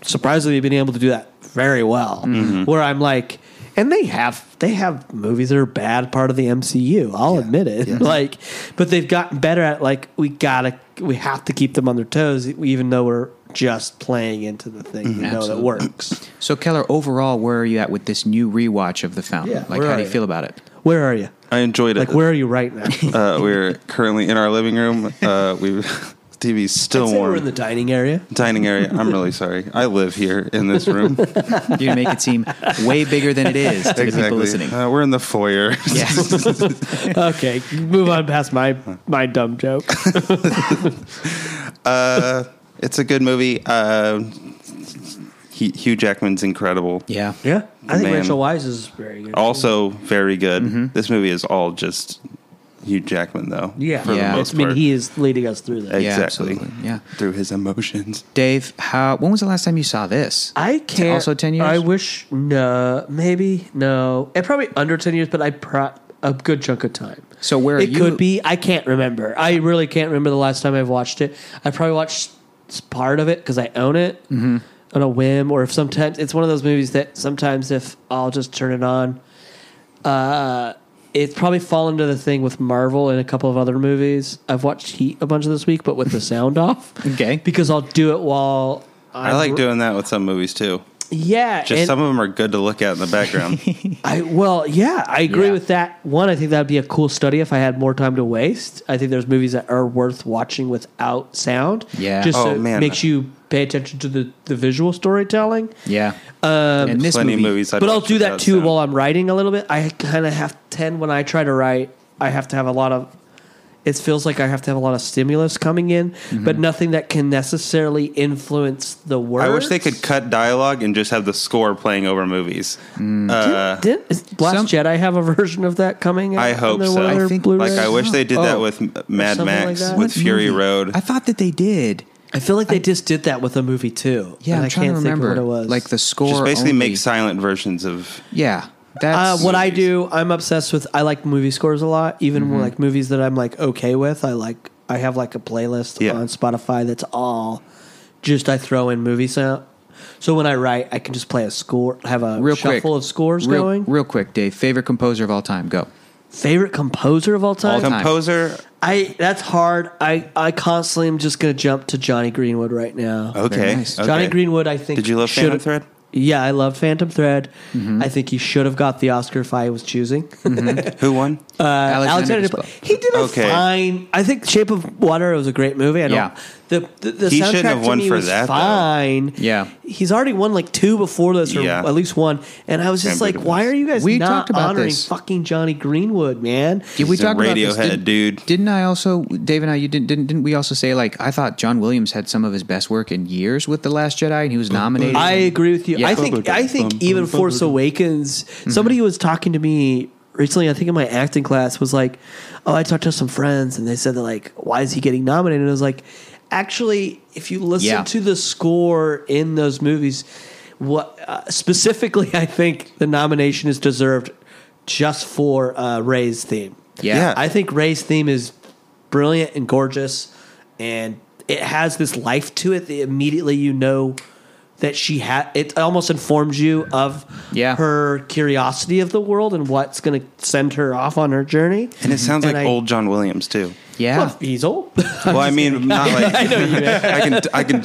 surprisingly been able to do that very well. Mm-hmm. Where I'm like, and they have they have movies that are a bad part of the MCU. I'll admit it. Like, but they've gotten better at like we gotta we have to keep them on their toes, even though we're just playing into the thing Mm-hmm. you know that Absolutely. works. So Keller, overall, where are you at with this new rewatch of The Fountain? Yeah, like, where how are do you you? feel about it? Where are you? I enjoyed it. Like, where are you right now? uh, we're currently in our living room. Uh, we TV's still I'd say warm. We're in the dining area. dining area. I'm really sorry. I live here in this room. You make it seem way bigger than it is to the people listening. Uh, we're in the foyer. Yeah. Okay, move on past my my dumb joke. it's a good movie. Uh, Hugh Hugh Jackman's incredible. yeah. Yeah, I think Man. Oh, Rachel Wise is very good. Also very good. Mm-hmm. This movie is all just Hugh Jackman though. yeah, For Yeah. the most I mean, part. he is leading us through that. exactly. absolutely. Yeah. Through his emotions. Dave, how? When was the last time you saw this? I can't. also 10 years? I wish no, maybe no. It probably under ten years, but I pro a good chunk of time. So where are it you- could be, I can't remember. I really can't remember the last time I've watched it. I probably watched s- part of it because I own it Mm-hmm. on a whim, or if sometimes it's one of those movies that sometimes if I'll just turn it on. Uh, it's probably fallen to the thing with Marvel and a couple of other movies. I've watched Heat a bunch of this week, but with the sound off. Okay. because I'll do it while I like doing that with some movies too. yeah, Just and- some of them are good to look at in the background. I well, yeah, I agree Yeah. with that. One, I think that would be a cool study if I had more time to waste. I think there's movies that are worth watching without sound. Yeah. just Oh, so man. it makes you pay attention to the, the visual storytelling. Yeah. Um, and this Plenty movie, of movies. I'd but I'll watch do that without too sound. while I'm writing a little bit. I kind of have tend when I try to write, I have to have a lot of. It feels like I have to have a lot of stimulus coming in, Mm-hmm. but nothing that can necessarily influence the words. I wish they could cut dialogue and just have the score playing over movies. Mm. Uh, Didn't is Last Some- Jedi have a version of that coming? out I on hope their- so. one of their I think- Blu-rays? like I wish they did that with M- Mad Oh, something like Max, that. with Fury movie? Road. I thought that they did. I feel like they just did that with a movie too. Yeah, and I'm I trying can't to remember. think of what it was. Like the score. just basically only. make silent versions of. Yeah. uh, That's what I movies. do, I'm obsessed with. I like movie scores a lot, even Mm-hmm. when, like movies that I'm like okay with. I like I have like a playlist Yeah. on Spotify that's all just I throw in movie sound. So when I write, I can just play a score, have a real shuffle quick. of scores real, going. Real quick, Dave. Favorite composer of all time. Go. Favorite composer of all time? All time. Composer, I that's hard. I I constantly am just gonna jump to Johnny Greenwood right now. okay. nice. okay. Johnny Greenwood, I think. Did you love should- Phantom Thread? Mm-hmm. Yeah, I love Phantom Thread. I think he should have got the Oscar if I was choosing. Uh, Who won? Alexander, Desplat. Desplat- he did a Mm-hmm. Okay. fine. I think Shape of Water was a great movie. I don't. Yeah. The the, the He soundtrack shouldn't have won to me for was that, though. fine. Yeah. He's already won like two before this, or Yeah. at least one. And I was Can't just like, believe why this. are you guys We not talked about honoring this. fucking Johnny Greenwood, man? Did we He's a talk about this? Radiohead Did- dude. Didn't I also Dave and I? You didn't didn't didn't we also say like I thought John Williams had some of his best work in years with the Last Jedi and he was nominated. I agree with you. Yeah. I think I think even Force Awakens. Somebody who was talking to me recently, I think in my acting class, was like, "Oh, I talked to some friends, and they said that like, why is he getting nominated?" And I was like, "Actually, if you listen Yeah. to the score in those movies, what uh, specifically? I think the nomination is deserved just for uh, Ray's theme. Yeah. Yeah. I think Ray's theme is brilliant and gorgeous, and it has this life to it that immediately you know that she had. It almost informs you of Yeah. her curiosity of the world and what's going to send her off on her journey. And it sounds like I- old John Williams too. Yeah. Well, he's old. Well, I mean, not like I, can I can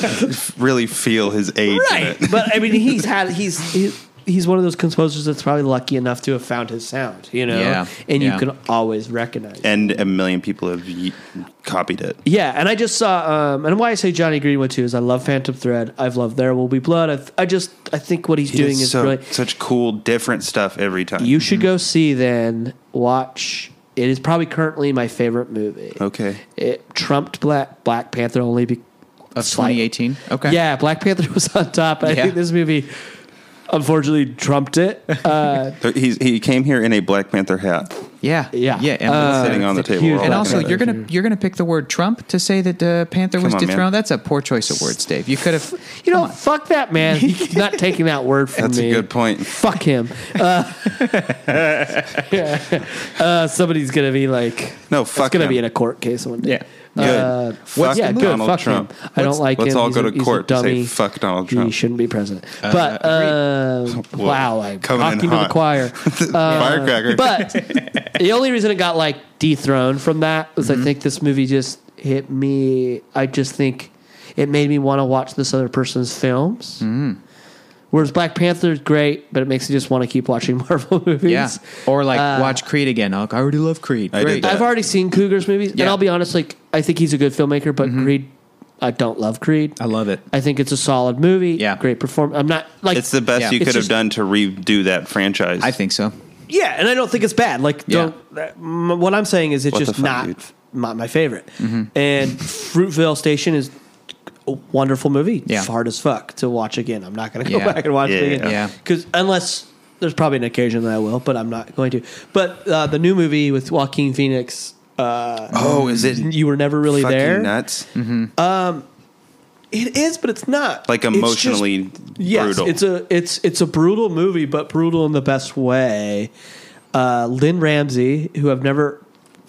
really feel his age. In right it. but i mean he's had he's he, he's one of those composers that's probably lucky enough to have found his sound, you know, Yeah, and yeah. you can always recognize. it. and a million people have ye- copied it. Yeah, and I just saw, um, and why I say Johnny Greenwood too is I love Phantom Thread. I've loved There Will Be Blood. I've, I just I think what he's He doing does is so, really. such cool, different stuff every time. You Mm-hmm. should go see then. Watch. It is probably currently my favorite movie. Oh. okay? It trumped Black Black Panther only be, of slight- 2018. Okay. Yeah, Black Panther was on top. I Yeah. think this movie unfortunately trumped it. Uh, There- He's, he came here in a Black Panther hat. Yeah. yeah, Yeah. And, Uh, sitting on the it's a table. huge We're all and Black also, Panther. you're gonna you're gonna pick the word Trump to say that uh, Panther was Come on, man. dethroned. That's a poor choice of words, Dave. You could have. You know, fuck that man. He's not taking that word from That's me. a good point. Fuck him. Uh, uh, somebody's gonna be like, No, it's fuck gonna him. be in a court case one day. Yeah. Good. Uh, Fuck yeah, good. Donald fuck Trump. him. I don't like Let's him. all He's go a- to he's a court to dummy. say fuck Donald Trump. He shouldn't be president. but uh, wow, I Coming in talked you to the hot. choir. Uh, Firecracker. But the only reason it got like dethroned from that was Mm-hmm. I think this movie just hit me. I just think it made me want to watch this other person's films. Mm-hmm. Whereas Black Panther is great, but it makes you just want to keep watching Marvel movies. Yeah. Or like Uh, watch Creed again. Like, I already love Creed. I did Great. that. I've already seen Cougars movies, Yeah. Mm-hmm. and I'll be honest, like I think he's a good filmmaker, but Creed, I don't love Creed. I love it. I think it's a solid movie. Yeah. great performance. I'm not like it's the best Yeah. you It's could have just- done to redo that franchise. I think so. Yeah, and I don't think it's bad. Like, Yeah. don't. that- m- what I'm saying is, it's What the just fuck, not dude? my, my favorite. Mm-hmm. And Fruitvale Station is a wonderful movie. Yeah. It's hard as fuck to watch again. I'm not going to go Yeah. back and watch it Yeah. again. Yeah. because unless there's probably an occasion that I will, but I'm not going to. But uh, the new movie with Joaquin Phoenix, uh, Oh, is it you were never really fucking there. nuts? It is, but it's not Like It's just- emotionally Yes, brutal. it's a it's it's a brutal movie, but brutal in the best way. Uh, Lynn Ramsey, who I've never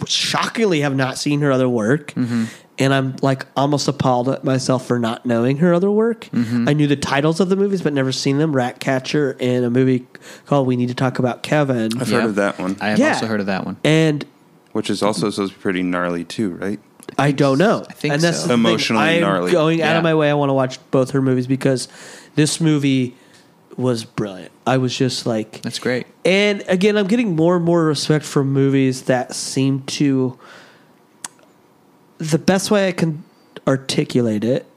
shockingly have not seen her other work, Mm-hmm. and I'm like almost appalled at myself for not knowing her other work. Mm-hmm. I knew the titles of the movies, but never seen them. Ratcatcher and a movie called We Need to Talk About Kevin, I've heard of that one, I have Yeah. also heard of that one. and which is also supposed to be pretty gnarly too, right? I don't know. I think and that's so. the thing. Emotionally I'm gnarly. Going out of Yeah. my way, I want to watch both her movies because this movie was brilliant. I was just like, That's great. and again, I'm getting more and more respect for movies that seem to. The best way I can articulate it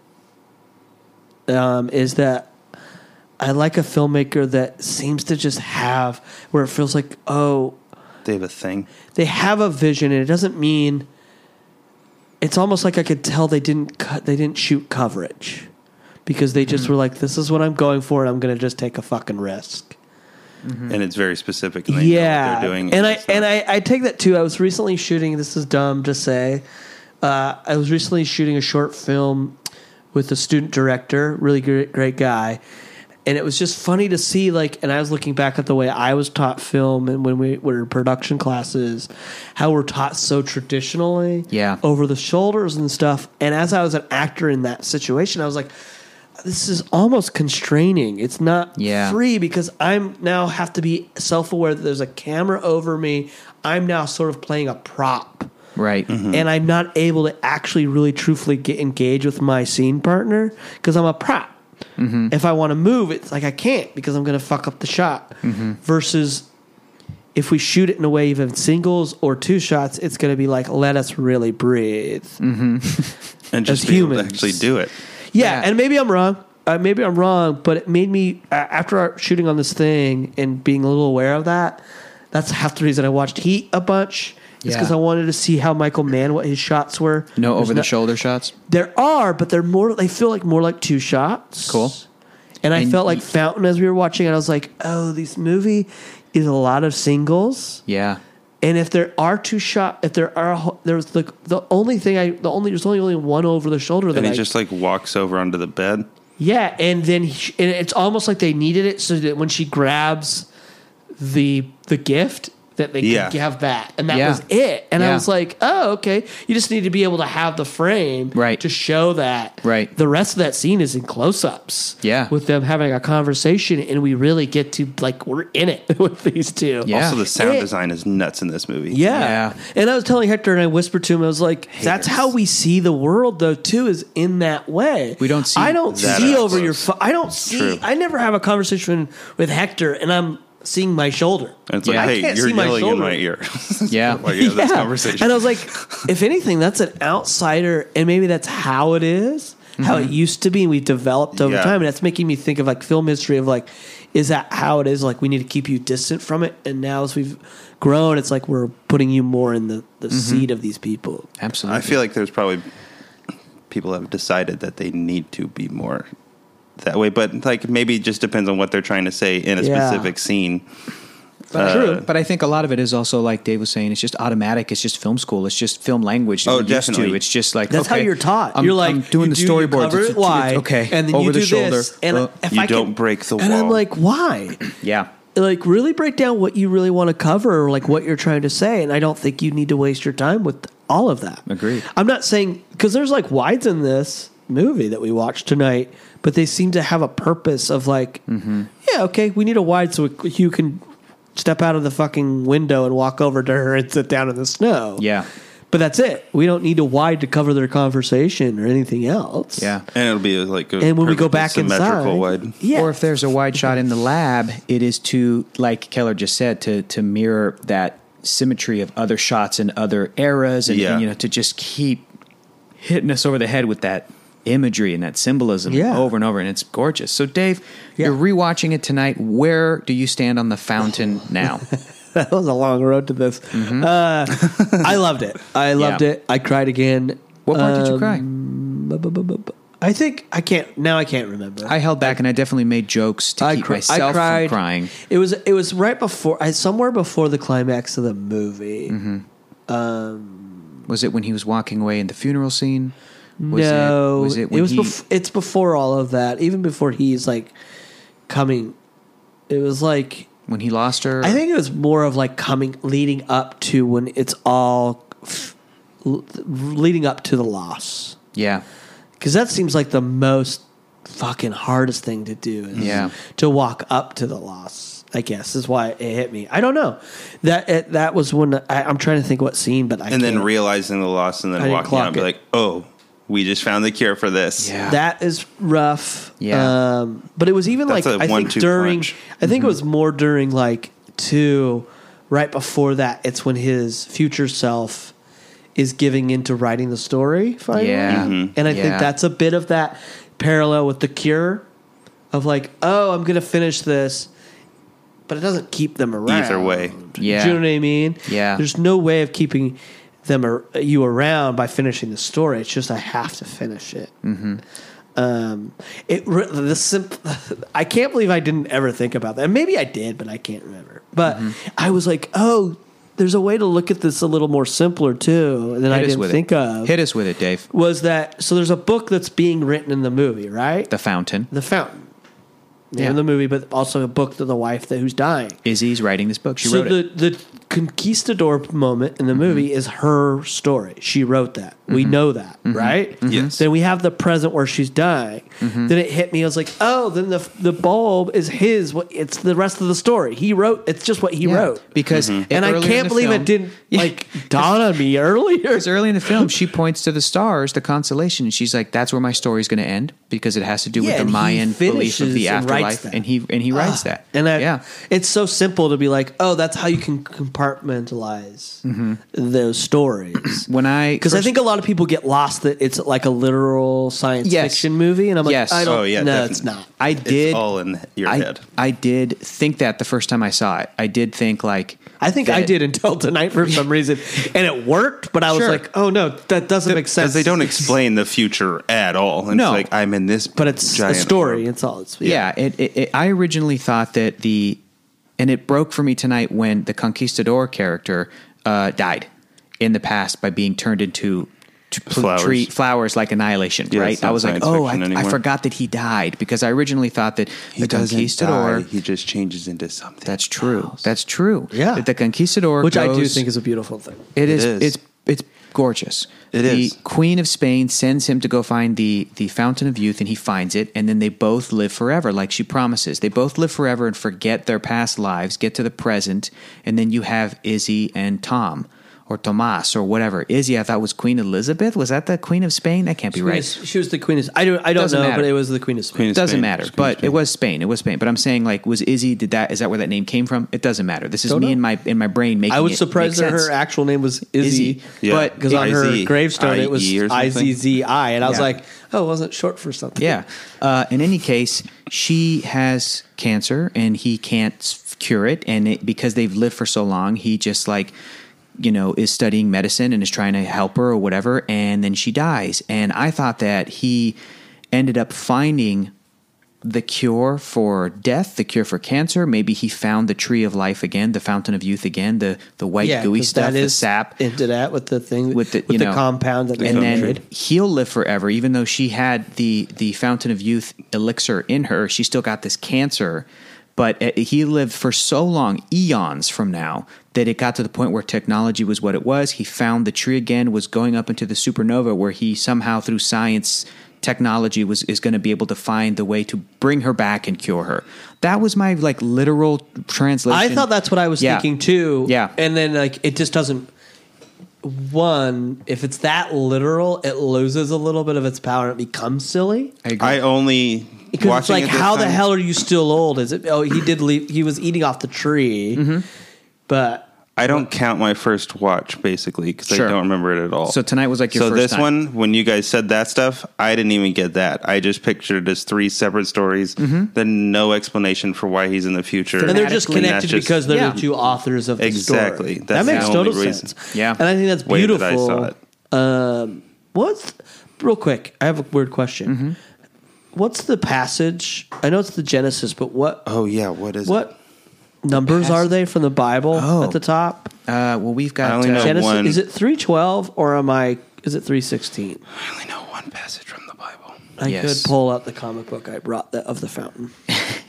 um, is that I like a filmmaker that seems to just have where it feels like, oh, They have a thing. they have a vision and it doesn't mean it's almost like I could tell they didn't cut they didn't shoot coverage because they just were like this is what I'm going for and I'm going to just take a fucking risk. and it's very specific. Mm-hmm. And they know yeah. what they're doing. and I it's and not- I, I take that too. I was recently shooting this is dumb to say. Uh, I was recently shooting a short film with a student director, really great, great guy. And it was just funny to see, like, and I was looking back at the way I was taught film and when we were in production classes, how we're taught so traditionally, Yeah. over the shoulders and stuff. And as I was an actor in that situation, I was like, this is almost constraining. It's not Yeah. free because I'm now have to be self aware that there's a camera over me. I'm now sort of playing a prop Right. Mm-hmm. and I'm not able to actually really truthfully get engaged with my scene partner because I'm a prop. If I want to move, it's like I can't because I'm going to fuck up the shot. Versus if we shoot it in a way even singles or two shots, it's going to be like, let us really breathe. and as just be able to humans. actually do it. Yeah, Yeah. and maybe I'm wrong. Uh, maybe I'm wrong, but it made me uh, after our shooting on this thing and being a little aware of that. That's half the reason I watched Heat a bunch. It's Yeah. because I wanted to see how Michael Mann what his shots were. No There's over the shoulder shots. There are, but they're more. They feel like more like two shots. Cool. And I And felt y- like Fountain as we were watching it. I was like, oh, this movie is a lot of singles. Yeah. And if there are two shot, if there are a ho- there's the the only thing I the only there's only only one over the shoulder that And I he just like walks over onto the bed. yeah, and then he, and it's almost like they needed it so that when she grabs the the gift, that they Yeah. could have that, and that Yeah. was it. And I Yeah. was like, oh, okay. You just need to be able to have the frame Right. to show that. Right. The rest of that scene is in close-ups. Yeah. with them having a conversation, and we really get to like we're in it with these two. Yeah. Also, the sound It- design is nuts in this movie. Yeah. Yeah. And I was telling Hector and I whispered to him, I was like, that's how we see the world though, too, is in that way. We don't see I don't that see up over your close. fo- I don't see True. I never have a conversation with Hector and I'm seeing my shoulder. And it's Yeah. I like, hey, can't you're see my yelling in shoulder. my ear. Yeah. like, yeah, that's conversation. And I was like, if anything, that's an outsider, and maybe that's how it is, how it used to be, and we've developed over Mm-hmm. Yeah. time. And that's making me think of like film history of like, is that how it is? Like, we need to keep you distant from it. And now as we've grown, it's like we're putting you more in the, Mm-hmm. the seat of these people. Absolutely. I feel like there's probably people have decided that they need to be more that way, but like maybe it just depends on what they're trying to say in a Yeah. specific scene. But- True. But I think a lot of it is also like Dave was saying. It's just automatic. It's just film school. It's just film language. that Oh, we're used to. definitely. It's just like That's okay, how you're taught. I'm- you're like I'm doing you the do- you storyboards. cover It's- it it's- wide, okay, and then over you the do shoulder. Uh, this, and Well, if you I don't can- break the and I'm wall. like, why? yeah. like really break down what you really want to cover or like what you're trying to say and i don't think you need to waste your time with all of that Agreed. i'm not saying because there's like wides in this movie that we watched tonight but they seem to have a purpose of like Mm-hmm. yeah okay we need a wide so you can step out of the fucking window and walk over to her and sit down in the snow Yeah. but that's it we don't need a wide to cover their conversation or anything else Yeah. And it'll be like, a and when we go perfectly back inside symmetrical wide. yeah Or if there's a wide shot in the lab, it is to, like Keller just said, to to mirror that symmetry of other shots in other eras, and, Yeah. and, you know, to just keep hitting us over the head with that imagery and that symbolism Yeah. over and over, and it's gorgeous. So, Dave, Yeah. you're rewatching it tonight. Where do you stand on the fountain now? that was a long road to this. Uh, I loved it. I loved Mm-hmm. Yeah. it. I cried again. What part did you Um, cry? bu- bu- bu- bu- bu- I think I can't now. I can't remember. I held back, and I definitely made jokes to keep cri- myself from crying. It was it was right before I somewhere before the climax of the movie. Mm-hmm. Was it when he was walking away in the funeral scene? Was no, it, was it when was he? bef- it's before all of that. Even before he's like coming, it was like when he lost her, I think it was more of like coming, leading up to when it's all f- l- leading up to the loss. yeah, because that seems like the most fucking hardest thing to do is Yeah. to walk up to the loss i guess is why it hit me i don't know that it, that was when I, i'm trying to think what scene but i And then can't. realizing the loss and I then didn't walking out and be clock like, oh, we just found the cure for this. Yeah. that is rough Yeah. Mm-hmm. um but it was even That's like a i think one-two during punch. i think it was more during like two right before that it's when his future self is giving into writing the story finally Yeah. Mm-hmm. Mhm. and i think Yeah. that's a bit of that parallel with the cure of like oh i'm gonna finish this but it doesn't keep them around Either way. Yeah. do you know what i mean Yeah. there's no way of keeping them ar- you around by finishing the story it's just i have to finish it Mm-hmm. um, it re- the simp- I can't believe I didn't ever think about that. Maybe I did, but I can't remember. But Mm-hmm. I was like, oh, there's a way to look at this a little more simpler too than I Hit us didn't with think it. of. Hit us with it, Dave. was that so? There's a book that's being written in the movie, right? The fountain. The Fountain. Yeah. Yeah. In the movie, but also a book to the wife that who's dying. Izzy's writing this book. She so wrote the it. Mm-hmm. the conquistador moment in the movie is her story. She wrote that. We know that, Mm-hmm. right? Yes. Then we have the present where she's dying. Mm-hmm. Then it hit me. I was like, oh, then the the bulb is his. What- It's the rest of the story. He wrote. It's just what he Yeah. wrote. because Mm-hmm. and I earlier in can't the believe film- it didn't Yeah. like dawn on me earlier. Because early in the film, she points to the stars, the constellation, and she's like, "That's where my story's going to end because it has to do Yeah, with the and he Mayan belief of finishes the and writes afterlife." that. And he and he writes Ah, that. And I, yeah, it's so simple to be like, oh, that's how you can compartmentalize Mm-hmm. those stories. when I Because I first- think a lot of people get lost that it's like a literal science Yes. fiction movie, and I'm like, Yes. I don't. Oh, yeah. no, definitely. it's not. I It's did- all in your I, head. I did think that the first time I saw it, I did think like I think I that- did until tonight for some reason, and it worked. But I was Sure. like, oh no, that doesn't make sense. Because they don't explain the future at all. And No. It's like, I'm in this But it's a giant story. orb. It's all. It's yeah, it, it, it i originally thought that the and it broke for me tonight when the conquistador character uh, died in the past by being turned into t- pl- Flowers. tree flowers like Annihilation, Yeah, right? it's not I was like, science oh, I, fiction I anymore. forgot that he died because I originally thought that the conquistador. He just changes into something. that's true. That's true. Yeah. that the conquistador, which I do goes- think is a beautiful thing. It is, is. It's it's gorgeous. It It is. the is. Queen of Spain sends him to go find the the Fountain of Youth, and he finds it. And then they both live forever, like she promises. They both live forever and forget their past lives, get to the present, and then you have Izzy and Tom. Or Tomas, or whatever. Izzy, I thought was Queen Elizabeth. Was that the Queen of Spain? That can't be right. She was the queen of. I don't. I don't Doesn't know, matter. but it was the queen of Spain. Queen of It doesn't Spain. matter. Queen of but Spain. it was Spain. It was Spain. But I'm saying, like, was Izzy? Did that? Is that where that name came from? It doesn't matter. This is Don't me know. in my in my brain making. I it was make surprised that sense. her actual name was Izzy, Izzy. Yeah. But because on her IZ, gravestone it was IE E or I something. Z Z I, and I was Yeah. like, oh, it wasn't short for something. Yeah. Uh, in any case, she has cancer and he can't s- cure it. And it, because they've lived for so long, he just like, you know, is studying medicine and is trying to help her or whatever. And then she dies. And I thought that he ended up finding the cure for death, the cure for cancer. Maybe he found the tree of life again, the fountain of youth again, the, the white yeah, gooey 'cause stuff, that the is sap into that with the thing With with the- the, you know, compound that they and then made. he'll live forever. Even though she had the the fountain of youth elixir in her, she still got this cancer. But uh, he lived for so long, eons from now, that it got to the point where technology was what it was. He found the tree again, was going up into the supernova, where he somehow through science technology was is going to be able to find the way to bring her back and cure her. That was my like literal translation. I thought that's what I was Yeah. thinking too. Yeah. and then like it just doesn't. One, if it's that literal, it loses a little bit of its power and it becomes silly. I agree. I only Because it's watching like, it this how the time- hell are you still old? Is it? Oh, he did leave. He was eating off the tree, Mm-hmm. but I don't count my first watch basically because Sure. I don't remember it at all. So tonight was like your so first this time. one when you guys said that stuff, I didn't even get that. I just pictured it as three separate stories, then no explanation for why he's in the future, and they're just Thematically, that's connected just because they're Yeah. the two authors of the Exactly. Story. That's that makes the total only sense. reason. Yeah. and I think that's way beautiful. that I saw it. Um, what's real quick? I have a weird question. Mm-hmm. What's the passage? I know it's the Genesis, but what Oh yeah, what is what numbers passage? are they from the Bible Oh. at the top? uh, well, we've got I only uh, know- Genesis one. is it three twelve or am I? Is it three sixteen? it? I only know one passage from the Bible. I Yes. could pull out the comic book I brought that of the fountain.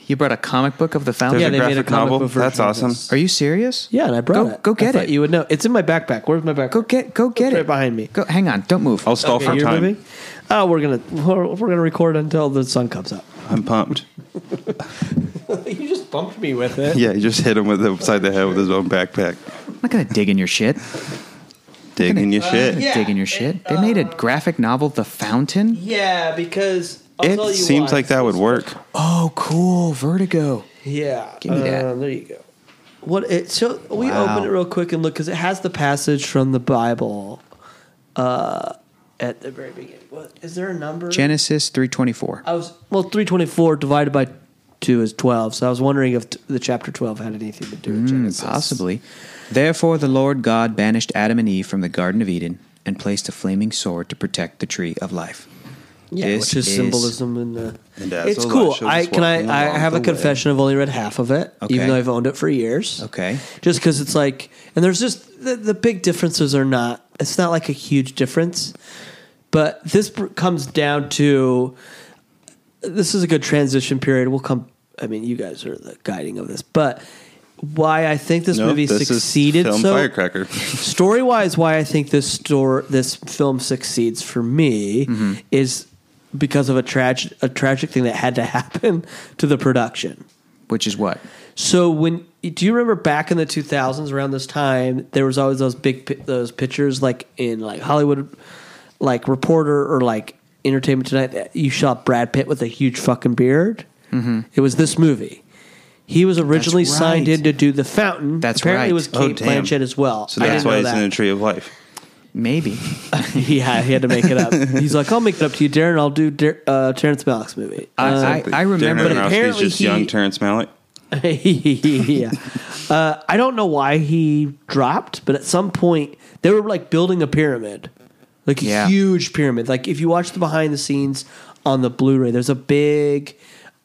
you brought a comic book of the fountain. Yeah, There's they a made a graphic comic novel. book version That's of awesome. this. Are you serious? Yeah, and I brought go, it. Go I get thought it. You would know. It's in my backpack. Where's my backpack? go get. Go get It's it. right behind me. Go. Hang on. Don't move. I'll stall Okay, for you're time. moving? Oh, we're gonna we're, we're gonna record until the sun comes up. I'm pumped. you just bumped me with it. yeah, he just hit him with the upside the head with his own backpack, I'm not gonna dig in your shit. digging your shit. yeah. dig in your shit. they made a graphic novel, The Fountain. Yeah, because I'll tell It you seems why. like that would work. Oh, cool. Vertigo. Yeah, Give me that. uh, There you go. What it so we Wow. open it real quick and look because it has the passage from the Bible uh, at the very beginning. What is there a number? Genesis 3:24. I was well, three twenty four divided by two is twelve. So I was wondering if t- the chapter twelve had anything to do Hmm, with Genesis. Hmm, Possibly. Therefore, the Lord God banished Adam and Eve from the Garden of Eden and placed a flaming sword to protect the tree of life. yeah, This which is, is- symbolism in the. And uh, as it's the cool. light shows I us can I walking I along have a the way. confession. I've only read half of it, Okay. even though I've owned it for years. Okay. just because it's like and there's just the, the big differences are not it's not like a huge difference but this pr- comes down to this is a good transition period we'll come i mean you guys are the guiding of this but why i think this Nope, movie this is succeeded film so firecracker. story wise, why I think this store this film succeeds for me Mm-hmm. is because of a tragic a tragic thing that had to happen to the production. Which is what? So when do you remember back in the 2000s around this time there was always those big pi- those pictures like in like Hollywood like reporter or like Entertainment Tonight that you shot Brad Pitt with a huge fucking beard. Mm-hmm. It was this movie. He was originally right. signed in to do The Fountain. That's Apparently right. It was Oh, Kate damn. Blanchett as well. So I that's didn't why know he's that. in the tree of life. Maybe. Yeah, he had to make it up. He's like, I'll make it up to you, Darren. I'll do Dar- uh, Terrence Malick's movie. I- Uh, I remember- But Darren Aronofsky's apparently just he- young Terrence Malick. Uh, yeah. Uh, I don't know why he dropped, but at some point they were like building a pyramid, like a Yeah. huge pyramid. Like if you watch the behind the scenes on the Blu-ray, there's a big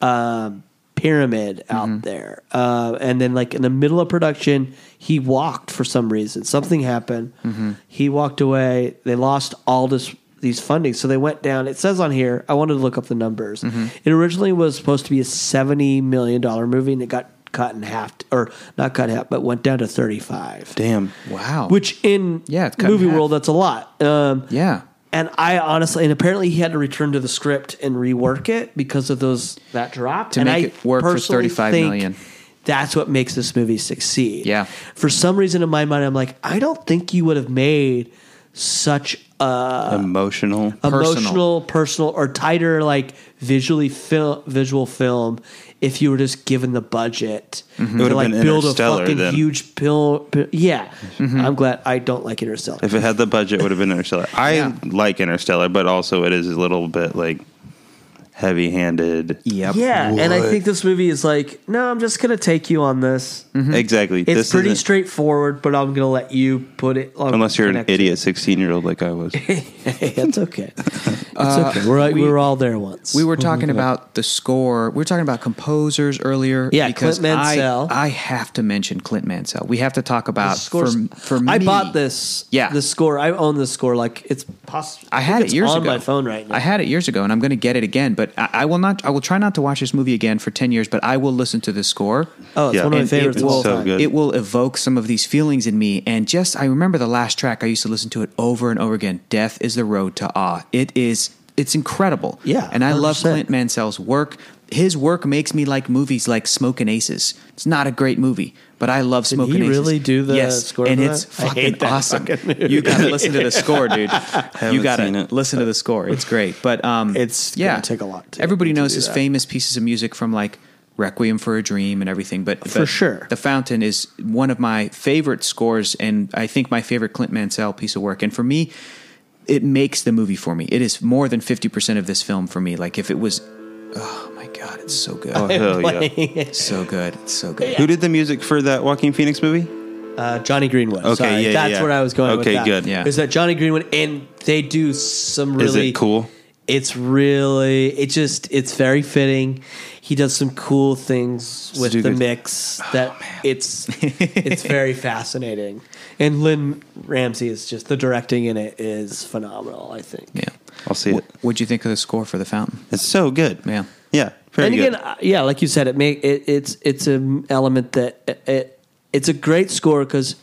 um, pyramid out Mm-hmm. there. Uh, and then, like in the middle of production, he walked for some reason. Something happened. Mm-hmm. He walked away. They lost all this these funding, so they went down. It says on here. I wanted to look up the numbers. Mm-hmm. It originally was supposed to be a seventy million dollar movie, and it got cut in half, or not cut in half, but went down to thirty five. Damn. Wow. Which in Yeah, it's cut in movie half. world, that's a lot. Um, yeah. and I honestly, and apparently he had to return to the script and rework it because of those that drop To and make it work for personally 35 think million. That's what makes this movie succeed. Yeah. For some reason in my mind, I'm like, I don't think you would have made such a Emotional. uh, Personal. emotional, personal, or tighter like visually fil- visual film if you were just given the budget Mm-hmm. It would to have like been build a Interstellar fucking then. huge pill. pi- yeah, Mm-hmm. I'm glad I don't like Interstellar. if it had the budget, it would have been Interstellar. I Yeah. like Interstellar, but also it is a little bit like heavy-handed. Yep. Yeah, and I What? think this movie is like, no, I'm just gonna take you on this. Mm. Mm-hmm. Exactly. It's This pretty isn't- straightforward, but I'm gonna let you put it. On Unless you're connect an it. idiot 16 year old like I was. that's okay. It's okay. We're Uh, we, are all there once. We were talking about the score. We were talking about composers earlier. Yeah, because Clint Mansell. I, I have to mention Clint Mansell. We have to talk The about for score's- for me. I bought this. Yeah. the score. I own this score. Like it's possible. I had it years on ago. my phone right now. I had it years ago, and I'm going to get it again. But I, I will not. I will try not to watch this movie again for ten years. But I will listen to the score. oh, it's Yeah. one of my And it favorites. of will- all so time. good. It will evoke some of these feelings in me. And just, I remember the last track, I used to listen to it over and over again. Death is the road to awe. It is, it's incredible. Yeah, And I love 100%. Clint Mansell's work. His work makes me like movies like Smoke and Aces. It's not a great movie, but I love Smoke he and Aces. really do the yes, score and for it's that? I fucking hate that awesome. you gotta listen to the score, dude. you gotta seen it. listen to the score. It's great, but um, It's yeah, gonna take a lot to- Everybody to knows do his that. famous pieces of music from like Requiem for a Dream and everything, but For but sure. the Fountain is one of my favorite scores, and I think my favorite Clint Mansell piece of work. And for me, it makes the movie for me. It is more than fifty percent of this film for me. Like if it was, oh my god, it's so good, Oh, hell yeah. Playing it. It's so good, it's so good. Who did the music for that Joaquin Phoenix movie? Uh, Johnny Greenwood. Okay, Sorry. yeah, that's yeah. where I was going. with Okay, that. good. Yeah. Is that Johnny Greenwood? And they do some really Is it cool? It's really it just it's very fitting. He does some cool things with do the good- mix Oh, that it's it's very fascinating. And Lynn Ramsey is just the directing in it is phenomenal. I think. Yeah, I'll see it. what'd you think of the score for the Fountain? It's so good. Yeah. Yeah. Very and good. again, uh, yeah, like you said, it may it, it's it's an element that it, it it's a great score because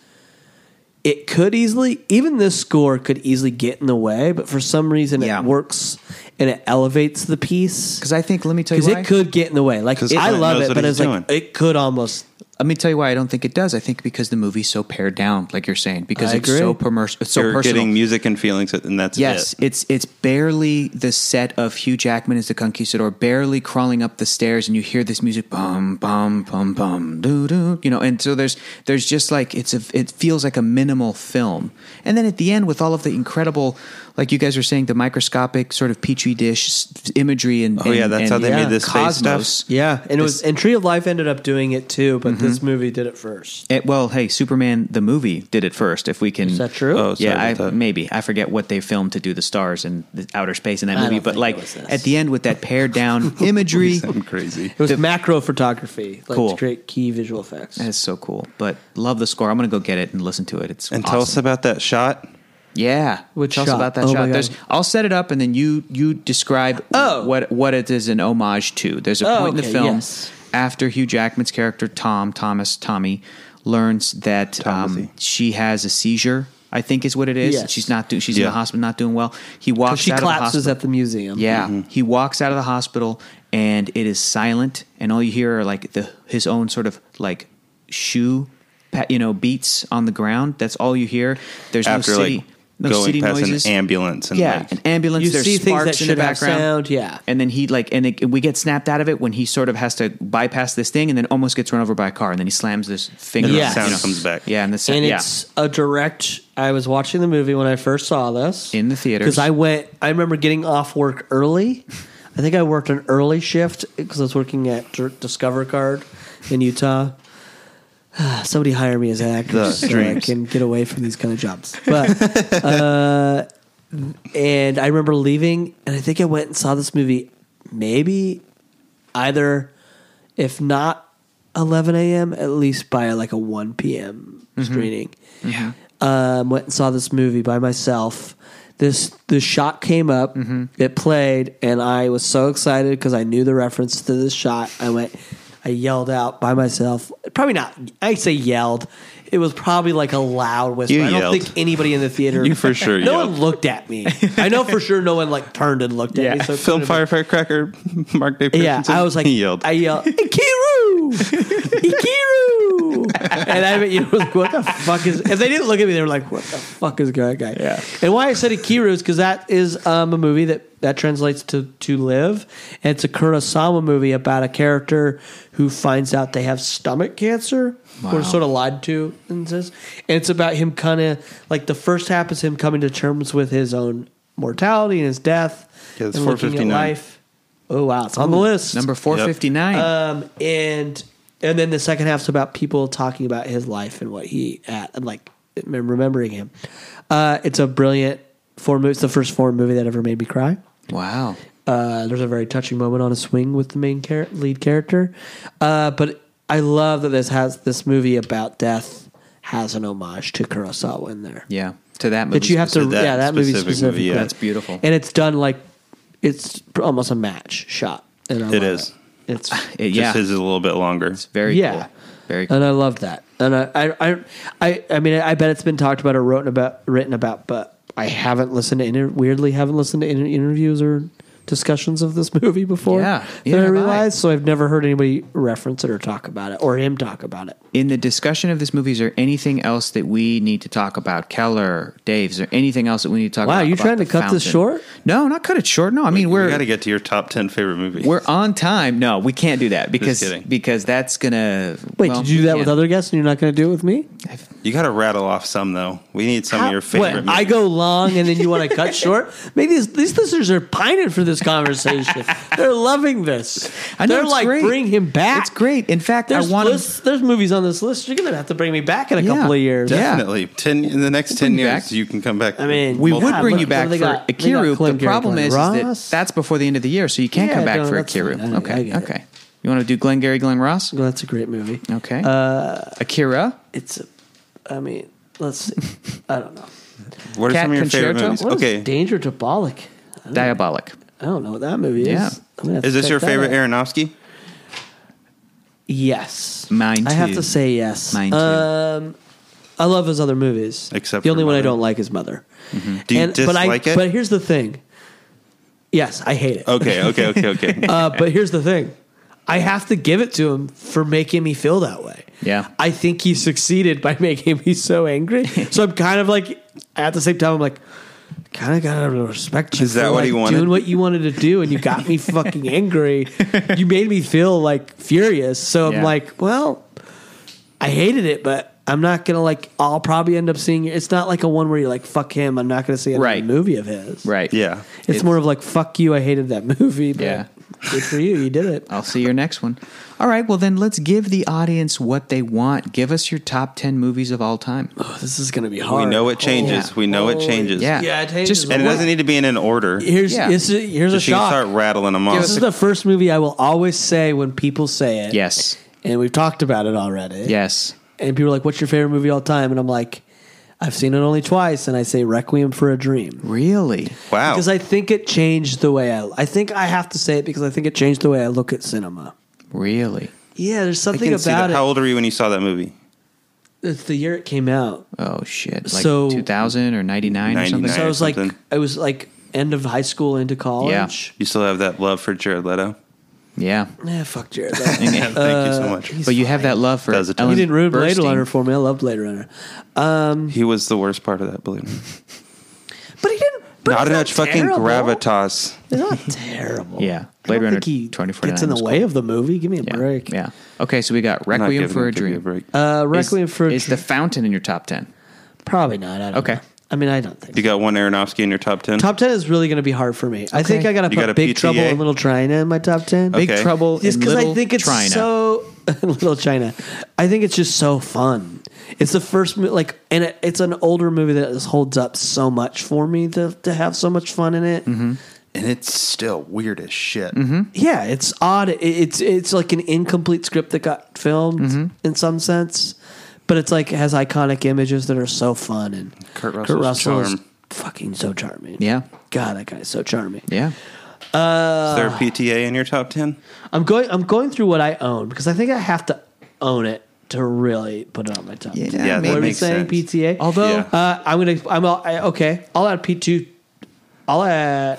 it could easily even this score could easily get in the way, but for some reason Yeah. it works and it elevates the piece. Because I think, let me tell you, because why. it could get in the way. Like 'Cause I Clint love knows it, what but it's he's like doing. it could almost. Let me tell you why I don't think it does. I think because the movie's so pared down, like you're saying, because I it's agree. so permer- it's so You're personal. getting music and feelings, and that's yes, it. it's it's barely the set of Hugh Jackman as the conquistador, barely crawling up the stairs, and you hear this music, bum bum bum bum, doo doo, you know. And so there's there's just like it's a it feels like a minimal film, and then at the end with all of the incredible, like you guys were saying, the microscopic sort of petri dish s- imagery and Oh, yeah, and- that's and how they made this space stuff. cosmos. Yeah, and it was and Tree of Life ended up doing it too, but this movie did it first. It, well, hey, Superman the movie did it first. If we can, Is that true? Oh, sorry yeah, I, about that. maybe I forget what they filmed to do the stars and the outer space in that I movie. don't But think like it was this. at the end with that pared down imagery, I'm crazy. It was macro photography, like Cool. to create key visual effects. that's so cool. But love the score. I'm gonna go get it and listen to it. It's And tell us awesome. about that shot. yeah, Which tell shot? us about that Oh my shot. God. There's, I'll set it up and then you you describe Oh. what what it is an homage to. There's a Oh, point in okay, the film yes. after Hugh Jackman's character Tom Thomas Tommy learns that um, Tomothy. she has a seizure. I think is what it is. Yes. She's not doing. She's in Yeah. the hospital, not doing well. He walks. she out of the collapses hospital. at the museum. Yeah, Mm-hmm. he walks out of the hospital and it is silent, and all you hear are like the his own sort of like shoe, pat, you know, beats on the ground. That's all you hear. There's After no city, like no going city past noises. an ambulance and yeah, like, an ambulance. You there's see things sparks that in should the have background. sound, yeah. and then he like and it, we get snapped out of it when he sort of has to bypass this thing, and then almost gets run over by a car, and then he slams this finger. and Yes. the sound Yes. comes back. Yeah, and the sound. and yeah. it's a direct. I was watching the movie when I first saw this In the theaters. because I went. I remember getting off work early. I think I worked an early shift because I was working at Dir- Discover Card in Utah. Somebody hire me as an actor The so I dreams. can get away from these kind of jobs. But uh, and I remember leaving, and I think I went and saw this movie maybe either if not 11 a.m., at least by like a 1 p.m. Mm-hmm. screening. Yeah. Um, went and saw this movie by myself. This the shot came up, Mm-hmm. it played, and I was so excited because I knew the reference to this shot. I went, I yelled out by myself. Probably not. I say yelled. It was probably like a loud whisper. You I don't yelled. think anybody in the theater. You for sure No yelled. one looked at me. I know for sure no one like turned and looked at Yeah. me. So it Film could've been- firecracker, Mark Day. yeah, Patterson. I was like, he yelled. I yelled, Ikiru, Ikiru, and I you know, was like, what the fuck is? If they didn't look at me, they were like, what the fuck is going on? Yeah. And why I said Ikiru is because that is um, a movie that that translates to to live, and it's a Kurosawa movie about a character who finds out they have stomach cancer Wow. or sort of lied to and says, and it's about him kind of like the first half is him coming to terms with his own mortality and his death Yeah, it's and looking at 459. life. Oh wow, it's on the list. Number 459. Um, and and then the second half's about people talking about his life and what he at and like mem- remembering him. Uh, it's a brilliant four movie. It's the first foreign movie that ever made me cry. wow. Uh, there's a very touching moment on a swing with the main char- lead character. Uh, but I love that this has this movie about death has an homage to Kurosawa in there. Yeah. To that movie. But you have to, specific- that yeah, that movie specific movie, specifically. yeah. That's beautiful. And it's done like it's almost a match shot. And I It love is. It. It's It- Just yeah. his is a little bit longer. Very Yeah. cool. Very cool. and I loved that. And I, I, I, I, I mean, I bet it's been talked about or written about, written about, but I haven't listened to inter- weirdly haven't listened to inter- interviews or discussions of this movie before. Yeah. that Neither I have I. realized. So I've never heard anybody reference it or talk about it or him talk about it. In the discussion of this movie, is there anything else that we need to talk about? Keller, Dave, is there anything else that we need to talk Wow, about? you about trying The to cut this Fountain? short? No, not cut it short. No, I mean, we we're. got to get to your top ten favorite movies. We're on time. No, we can't do that because kidding. because that's gonna. Wait, well, did you do we that can't. with other guests and you're not going to do it with me? you got to rattle off some though. We need some How- of your favorite. Uh, what, movies. I go long and then you want to cut short? Maybe these, these listeners are pining for this conversation. They're loving this. I know, They're it's like, great. bring him back. It's great. In fact, There's I want to lists, there's movies on this list. You're gonna have to bring me back in a Yeah. couple of years. Yeah. Definitely. Ten in the next bring ten you years, back. you can come back. I mean, We God, would bring look, you back they for got- they got Akiru. Clint The problem Gary, is, is Glenn that Ross. that's before the end of the year, so you can't Yeah, come back no, for that's Akiru. fine. I- I okay, get it. okay. You want to do Glenn Gary, Glenn Ross? Well, that's a great movie. Okay. Uh, Akira. It's, a, I mean, let's. See. I don't know. what are Cat some of your favorite Concerto? movies? What is okay, Danger to Bollock? Diabolic. I don't know what that movie is. Yeah. I'm gonna have to is this check your that favorite out. Aronofsky? Yes, Mine I have too. to say yes. Mine too. Um, I love his other movies. Except the for only one I Mother. Mm-hmm. don't like is Mother. Do you but I, dislike it? Oh, But here's the thing. Yes, I hate it. Okay, okay, okay, okay. Uh, but here's the thing. I have to give it to him for making me feel that way. Yeah. I think he succeeded by making me so angry. So I'm kind of like, at the same time, I'm like, kind of got to respect you. Is that for, what like, he wanted? Doing what you wanted to do, and you got me fucking angry. You made me feel like furious. So I'm Yeah. like, well, I hated it, but I'm not going to like, I'll probably end up seeing it. It's not like a one where you're like, fuck him. I'm not going to see another Right. movie of his. Right. yeah. It's, more of like fuck you. I hated that movie. But Yeah. Good for you. You did it. I'll see your next one. All right. Well, then let's give the audience what they want. Give us your top ten movies of all time. Oh, this is gonna be hard. Oh. We know it changes. yeah. We know it Holy- changes. Yeah. oh, Yeah, it changes Just a And it lot. what- doesn't need to be in an order. Here's Yeah. this is- here's a Just you can shock. start rattling them off. this is the first movie I will always say when people say it. Yes. and we've talked about it already. Yes. and people are like, "What's your favorite movie of all time?" And I'm like, "I've seen it only twice," and I say "Requiem for a Dream." Really. wow. Because I think it changed the way I. I think I have to say it because I think it changed the way I look at cinema. Really. Yeah, there's I something can see about that. it. How old are you when you saw that movie? it's the year it came out. Oh shit. Like So- two thousand or ninety nine or something. So I was like, something. I was like end of high school into college. You still have that love for Jared Leto? Uh, Yeah. Yeah, fuck Jared. Leto. Yeah, thank you so much. But you have that love for Does it- Ellen he didn't ruin Blade Burstyn. Runner for me. I love Blade Runner, He was the worst part of that, believe me. but he didn't. But Not it's enough fucking terrible. gravitas. It's not terrible. Yeah. Blade I Blade don't Runner Runner. Think he 2049 gets in the was way of the movie. Give me a Yeah. break. Yeah. Okay, so we got Not Requiem giving for him a to give you Dream. break. Uh, Requiem is, for a is the Dream- Fountain in your top ten? probably not. I don't Okay. know. I mean, I don't think. you got one Aronofsky in your top ten. top ten is really going to be hard for me. I think I got to You put got a Big PTA? Trouble and Little China in my top ten. Big Okay. Trouble Just in because Little I think it's China. so Little China. I think it's just so fun. It's the first mo- like, and it, Mm-hmm. it's an older movie that just holds up so much for me to to have so much fun in it. and it's still weird as shit. yeah, it's odd. It- It's it's like an incomplete script that got filmed Mm-hmm. in some sense, but it's like it has iconic images that are so fun and Kurt Russell's is charm. fucking so charming. Yeah. God, that guy's so charming. Yeah. Is there a PTA in your top ten? I'm going. I'm going through what I own because I think I have to own it to really put it on my top. Yeah, maybe. Yeah, what that are we makes saying? sense. PTA. Although Yeah. uh, I'm gonna. I'm all, I, okay. I'll add P two. I'll add.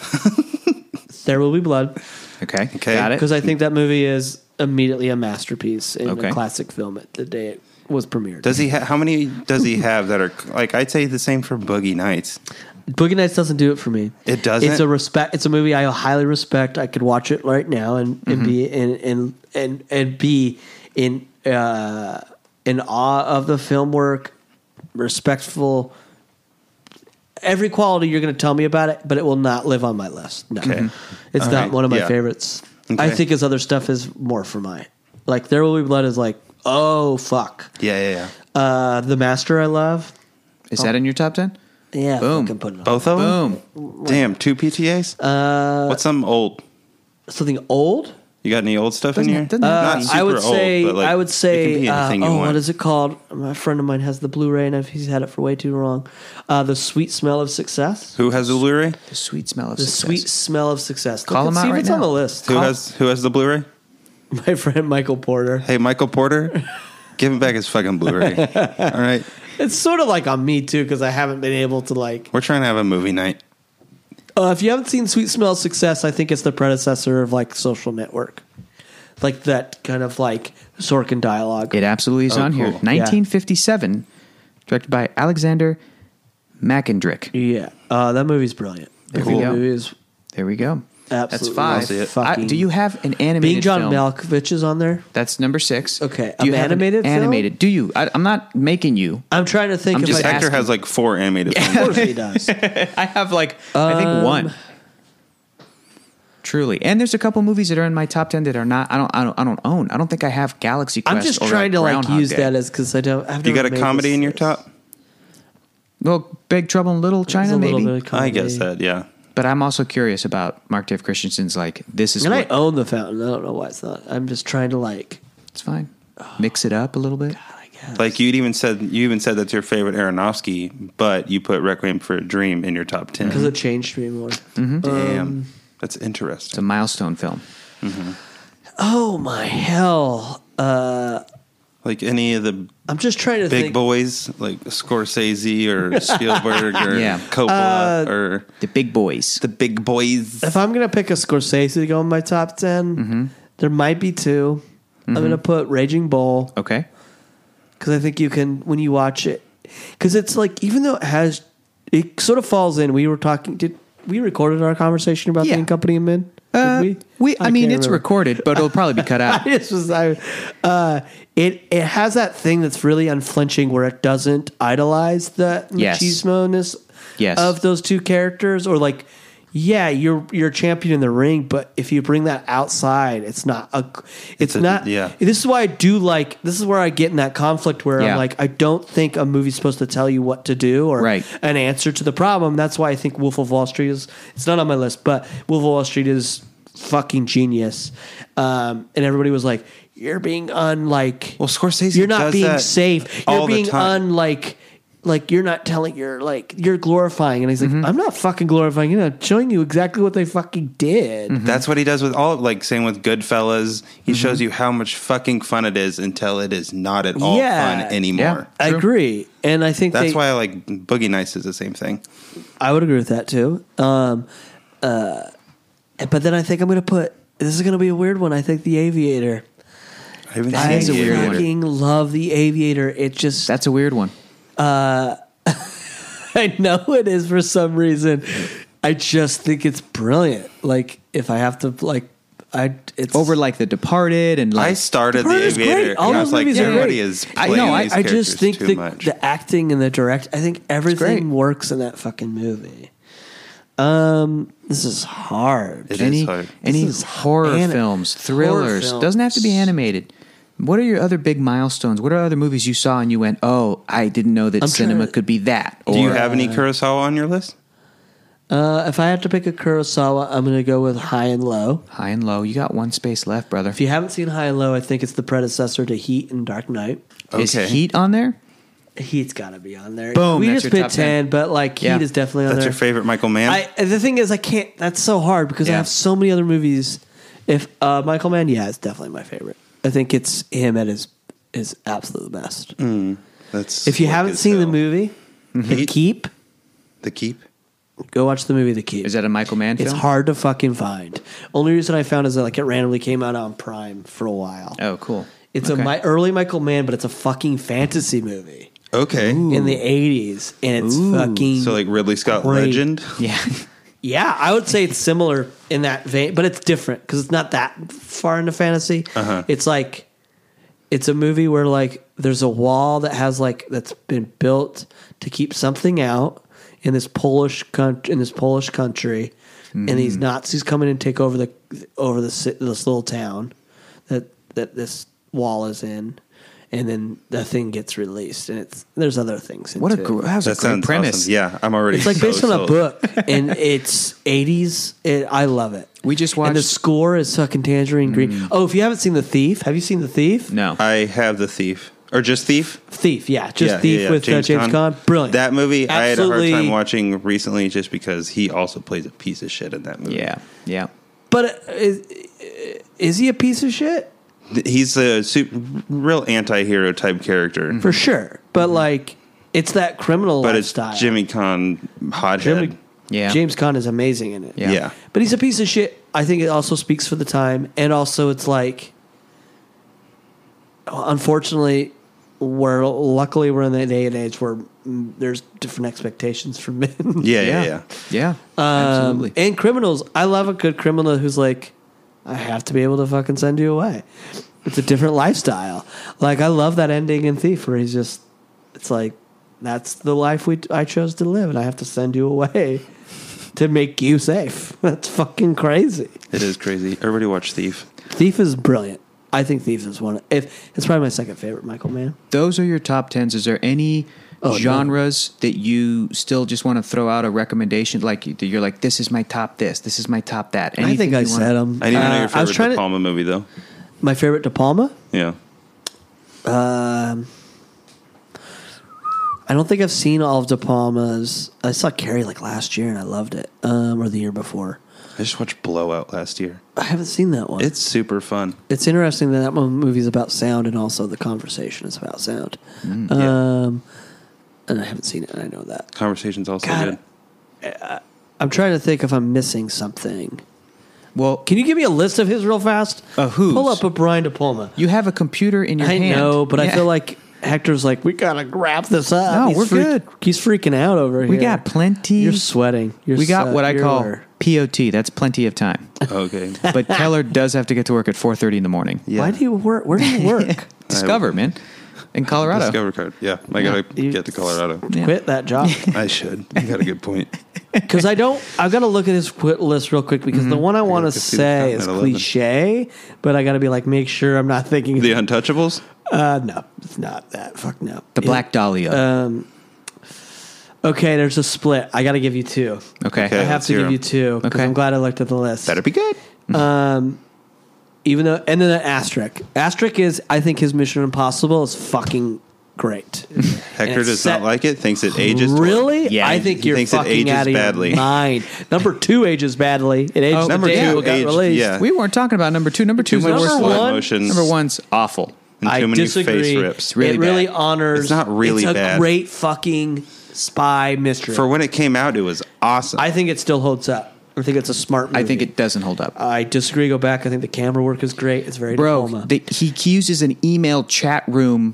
there will be blood. okay, Okay. got it. because I think that movie is immediately a masterpiece and Okay. a classic film at the day it was premiered. Does he? Ha- how many does he have that are like? I'd say the same for Boogie Nights. Boogie Nights doesn't do it for me. It doesn't? It's a respect. It's a movie I highly respect. I could watch it right now and, and Mm-hmm. be and and and and be in uh, in awe of the film work, respectful. Every quality you're going to tell me about it, but it will not live on my list. No, Mm-hmm. Okay. it's All not right. one of my Yeah. favorites. I Okay. think his other stuff is more for my like. There will be blood is like oh fuck. Yeah, yeah, yeah. Uh, the master I love. Is Oh. that in your top ten? Yeah, Boom. fucking put it on. Both of them. Damn, two PTAs. Uh, What's some old? something old. You got any old stuff in Doesn't- here? doesn't Uh, have to be I would say I would it can say be uh, anything you oh want. what is it called? My friend of mine has the Blu-ray and I've- he's had it for way too long. Uh, the sweet smell of success. Who has the Blu-ray? The sweet smell of The success. sweet smell of success. Look Call and him out see if right it's on now. the list. Who has who has the Blu-ray? My friend Michael Porter. Hey, Michael Porter, give him back his fucking Blu-ray. All right, It's sort of like on me too because I haven't been able to like. we're trying to have a movie night. Uh, if you haven't seen Sweet Smell of Success, I think it's the predecessor of like Social Network, like that kind of like Sorkin dialogue. It absolutely is Oh, on here. cool. Yeah. 1957, directed by Alexander Mackendrick. yeah, uh, that movie's brilliant. There That we go. movie is There we go. Absolutely. I'll That's see it. five. I- do you have an animated being John film? Malkovich is on there. That's number six. Okay, Do you an have animated film? Animated. Do you? I, I'm not making you. I'm trying to think I'm if just I Hector asking. has like four animated Of films. course he does. I have like I think one. Um, Truly, and there's a couple movies that are in my top ten that are not. I don't. I don't. I don't own. I don't think I have Galaxy Quest. I'm just or trying to like Groundhog use Day. that as because I don't. I've You got never a made comedy this in your list. top? well, Big Trouble in Little There's China, a little maybe. bit of I comedy. guess that. Yeah, But I'm also curious about Mark Dave Christensen's. Like this is And I what, own the fountain. I don't know why it's not. I'm just trying to like. it's fine. Mix it up a little bit. I guess. like you'd even said you even said that's your favorite Aronofsky, but you put Requiem for a Dream in your top ten. because it changed me more. Damn, um, that's It's a interesting. milestone film. Oh my hell! Uh, Like any of the I'm just trying to big think. boys, like Scorsese or Spielberg or Yeah. Coppola Uh, or The big boys. the big boys. If I'm gonna pick a Scorsese to go in my top 10 there might be 2 i I'm gonna put Raging Bull. okay. because I think you can when you watch it because it's like even though it has it sort of falls in. We were talking. Did we recorded our conversation about Yeah. the company and men? Did Uh, we, I, mean, can't it's remember. recorded, but it'll probably be cut out. This was I, uh, it. It has that thing that's really unflinching, where it doesn't idolize the Yes. machismo-ness Yes. of those two characters, or like, yeah, you're you're a champion in the ring, but if you bring that outside, it's not a, it's, a- not. yeah. this is why I do like. This is where I get in that conflict where Yeah. I'm like, I don't think a movie's supposed to tell you what to do or Right. an answer to the problem. That's why I think Wolf of Wall Street is. It's not on my list, but Wolf of Wall Street is fucking genius. Um, and everybody was like, "You're being unlike. Well, Scorsese you're not does being that safe. all You're the being time." unlike." Like you're not telling, you're like you're glorifying, and he's Mm-hmm. like, I'm not fucking glorifying. You know, I'm showing you exactly what they fucking did. Mm-hmm. That's what he does with all of like same with Goodfellas. Mm-hmm. He shows you how much fucking fun it is until it is not at all Yeah. fun anymore. I True. agree, and I think That's they- why I like Boogie Nights is the same thing. I would agree with that too. Um, uh, but then I think I'm gonna put this is gonna be a weird one. I think the Aviator. I haven't I is a The weird one. Aviator. fucking love the Aviator. It just That's a weird one. I know it is for some reason. I just think it's brilliant. Like if I have to like I it's Over like The Departed and like I started the, Part is great. Aviator. All and I those was like, movies are everybody great. is I- playing no, I- these I just characters think too the, much. the acting and the direct. I think everything works in that fucking movie. Um, this is hard. It is any hard. any This is horror ani- films, horror thrillers. films. Doesn't have to be animated. What are your other big milestones? What are other movies you saw and you went, "Oh, I didn't know that I'm cinema trying to- could be that." Or Do you have any Kurosawa on your list? Uh, if I had to pick a Kurosawa, I'm going to go with High and Low. High and low. You got one space left, brother. If you haven't seen High and Low, I think it's the predecessor to Heat and Dark Knight. Is Okay. Heat on there? Heat's got to be on there. Boom, We that's just your picked top 10. ten, but like Yeah. Heat is definitely on That's there. your favorite Michael Mann? I and the thing is, I can't. That's so hard because I Yeah. have so many other movies. If uh, Michael Mann, yeah, it's definitely my favorite. I think it's him at his is absolute best. Mm. That's If you slick haven't as seen the hell. movie, Mm-hmm. The Heat? Keep, The Keep? go watch the movie The Keep. Is that a Michael Mann film? It's hard to fucking find. Only reason I found is that like it randomly came out on Prime for a while. Oh, cool. It's Okay. a my early Michael Mann, but it's a fucking fantasy movie Okay. in the '80s, and it's Ooh. fucking So like Ridley Scott Great. Legend? Yeah. Yeah, I would say it's similar in that vein, but it's different because it's not that far into fantasy. Uh-huh. It's like it's a movie where like there's a wall that has like that's been built to keep something out in this Polish country in this Polish country, and Hmm. these Nazis come in and take over the over the ci- this little town that that this wall is in, and then the thing gets released, and it's there's other things. What a into it. gr- that was That a great sounds premise. awesome. Yeah, I'm already It's like so based on a sold. book, and it's '80s. It, I love it. We just and the watched- score is fucking tangerine green. Mm. Oh, if you haven't seen the Thief, have you seen the Thief? No. I have The Thief. Or just Thief? Thief, yeah, just Yeah, Thief yeah, yeah. with James, uh, James Caan. Brilliant. That movie I had a hard Absolutely. time watching recently just because he also plays a piece of shit in that movie. yeah. Yeah. But uh, is, uh, is he a piece of shit He's a super, real anti hero type character. for sure? But like, it's that criminal Mm-hmm. But it's lifestyle. Jimmy Con hothead. Jimmy- Yeah. James Caan is amazing in it. Yeah. yeah. But he's a piece of shit. I think it also speaks for the time, and also it's like, unfortunately, we're luckily we're in the day and age where mm, there's different expectations for men. Yeah, yeah, yeah. Yeah. Um, Absolutely. and criminals. I love a good criminal who's like, I have to be able to fucking send you away. It's a different lifestyle. Like I love that ending in Thief where he's just, it's like, that's the life we I chose to live, and I have to send you away to make you safe. That's fucking crazy. It is crazy. Everybody watch Thief. Thief is brilliant. I think Thief is one. If it's probably my second favorite Michael Mann. Those are your top tens. Is there any Oh, no. genres that you still just want to throw out a recommendation? Like that you're like, this is my top this, this is my top that. I think Anything I you wanna- said him. I need to know your Uh, I was favorite trying De to Palma movie though. my favorite De Palma. Yeah. Um, I don't think I've seen all of De Palma's. I saw Carrie like last year and I loved it, um, or the year before. I just watched Blowout last year. I haven't seen that one. It's super fun. it's interesting that that one movie is about sound and also the conversation is about sound. Mm, um, And I haven't seen it, and I know that. Conversation's also God. good. I'm trying to think if I'm missing something. Well, Can you give me a list of his real fast? Uh, whose? Pull up a Brian De Palma. you have a computer in your I hand. know, but I Yeah. feel like Hector's like, we gotta wrap this up. No, He's we're freak- good. He's freaking out over here. we got plenty. You're sweating. You're we got so- what I you're- call POT. That's plenty of time. Oh, Okay. But Keller does have to get to work at 4:30 in the morning. Yeah. Why do you work? Where do you work? Discover, man, in Colorado. Discover card. Yeah. I gotta You- get to Colorado. Yeah. Quit that job I should. You got a good point. because I don't. I've got to look at his quit list real quick because Mm-hmm. the one I want to look to see the say count is at 11. cliche, but I got to be like, make sure I'm not thinking. The Untouchables? uh, no, it's not that. Fuck no. The Black Dahlia. Um, okay, there's a split. I got to give you two. okay. I okay. have let's to hear give 'em. you two. 'cause Okay. I'm glad I looked at the list. That'd be good. Um, even though, and then an asterisk. Asterisk is, I think his Mission Impossible is fucking great. Hector does not like it, thinks it ages. Really? Yeah, I he think you're thinks it fucking ages out of badly. your mind. Number two ages badly. It ages Oh, the number day two it got aged- released. yeah. We weren't talking about number two. Number two, Number worst one- one. motions. Number one's awful. And I too many disagree. face rips. really it really bad. honors. It's not really It's a bad. great fucking spy mystery. For when it came out, it was awesome. I think it still holds up. I think it's a smart. Movie. I think it doesn't hold up. I disagree. Go back. I think the camera work is great. It's very Bro, Diploma. the, he uses an email chat room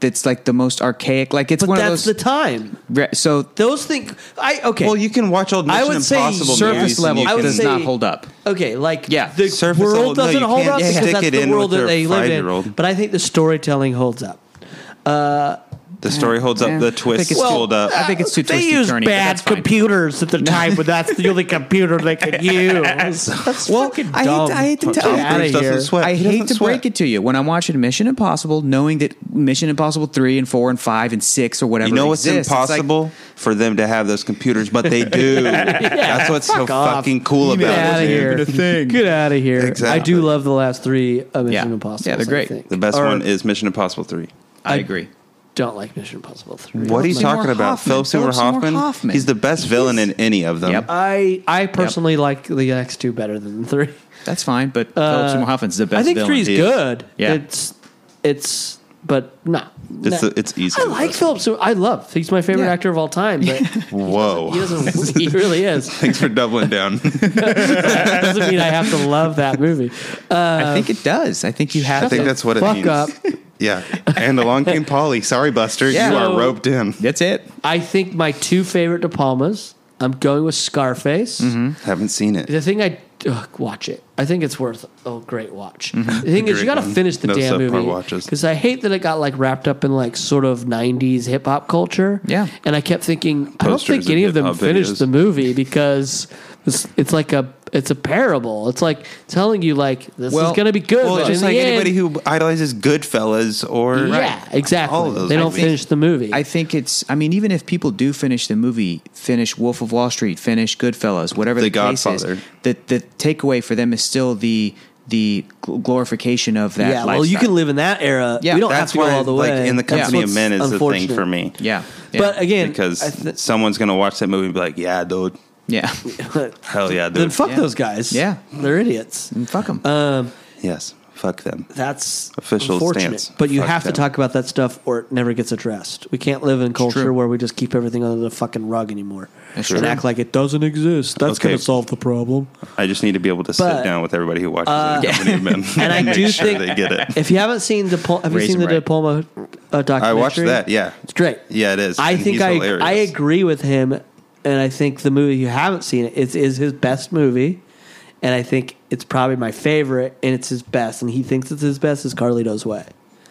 that's like the most archaic. Like it's but one that's of the those. time. re- so Those things. I okay. well, you can watch old I Mission would say Impossible surface surface movies. and level you I would can- does not say- hold up. Okay, like Yeah. the Surface world level- no, doesn't you hold can't up stick because that's it the in world with that a they live in. five-year-old. But I think the storytelling holds up. Uh, The story holds Yeah. up. The I think twist it's hold up. I think it's too They twisty used turny, but bad that's fine. computers at the time, but that's the only computer they could use. That's Well, fucking I hate dumb. to- I hate to Get tell you. outta Bruce doesn't here. sweat. I He hate doesn't to sweat. break it to you. When I'm watching Mission Impossible, knowing that Mission Impossible three and four and five and six or whatever, You know what's exists, it's like, impossible for them to have those computers, but they do. That's what's so fuck off. fucking cool Get about out it. of dude. here. thing. Get out of here. I Exactly. do love the last three of Mission Yeah. Impossible. Yeah, they're great. I think. The best Or one is Mission Impossible Three. I agree. don't like Mission Impossible three. What are you Seymour talking about? Hoffman. Philip Seymour Philip Seymour Hoffman? Hoffman. He's the best villain in any of them. Yep. I I personally like the next two better than three. That's fine, but Uh, Philip Seymour Hoffman's the best. I think villain. three's He is. good. Yeah. It's it's but no. It's, no. it's easy. I like Philip. So I love. He's my favorite Yeah. actor of all time. But Whoa. he doesn't. he really is. Thanks for doubling down. Doesn't mean I have to love that movie. I think it does. I think you have. I think to- that's what it Fuck means. up. Yeah. And along came Polly. Sorry, Buster. Yeah. You are So- roped in. that's it. I think my two favorite De Palmas. I'm going with Scarface. Mm-hmm. Haven't seen it. The thing I ugh, watch it. I think it's worth a great watch. The thing is, Mm-hmm. Great you got to one. finish the No damn subpar movie watches. because I hate that it got like wrapped up in like sort of '90s hip hop culture. Yeah. and I kept thinking I don't Posters think and any of them hip-hop finished videos. the movie because it's, it's like a it's a parable. It's like telling you like this Well, is going to be good. Well, but just in like the anybody end, who idolizes Goodfellas or yeah, exactly. All of those they don't movies. finish the movie. I think it's. I mean, even if people do finish the movie, finish Wolf of Wall Street, finish Goodfellas, whatever The the, case is, Godfather. the the takeaway for them is still the the gl- glorification of that. yeah, well, you lifestyle. can live in that era. Yeah, we don't have That's to go why, all the like, way. in the That's company of what's men is the thing unfortunate. for me. Yeah, yeah. But again, because I th- someone's gonna watch that movie and be like, "Yeah, dude, yeah, hell yeah, dude." then fuck Yeah. those guys. Yeah. they're idiots. Um, fuck them. yes, fuck them. That's Official unfortunate. stance. But you Fuck have them. to talk about that stuff, or it never gets addressed. We can't live in culture true. where we just keep everything under the fucking rug anymore That's and true. act like it doesn't exist. That's Okay. going to solve the problem. I just need to be able to sit But, uh, down with everybody who watches in the company of men, And I make do sure think they get it. If you haven't seen the have you Raise seen the him De right. Palma uh, documentary? I watched that. Yeah, It's great. yeah, it is. I and think he's I hilarious. I agree with him, and I think the movie you haven't seen it is is his best movie, and I think it's probably my favorite, and it's his best, and he thinks it's his best is Carlito's Way.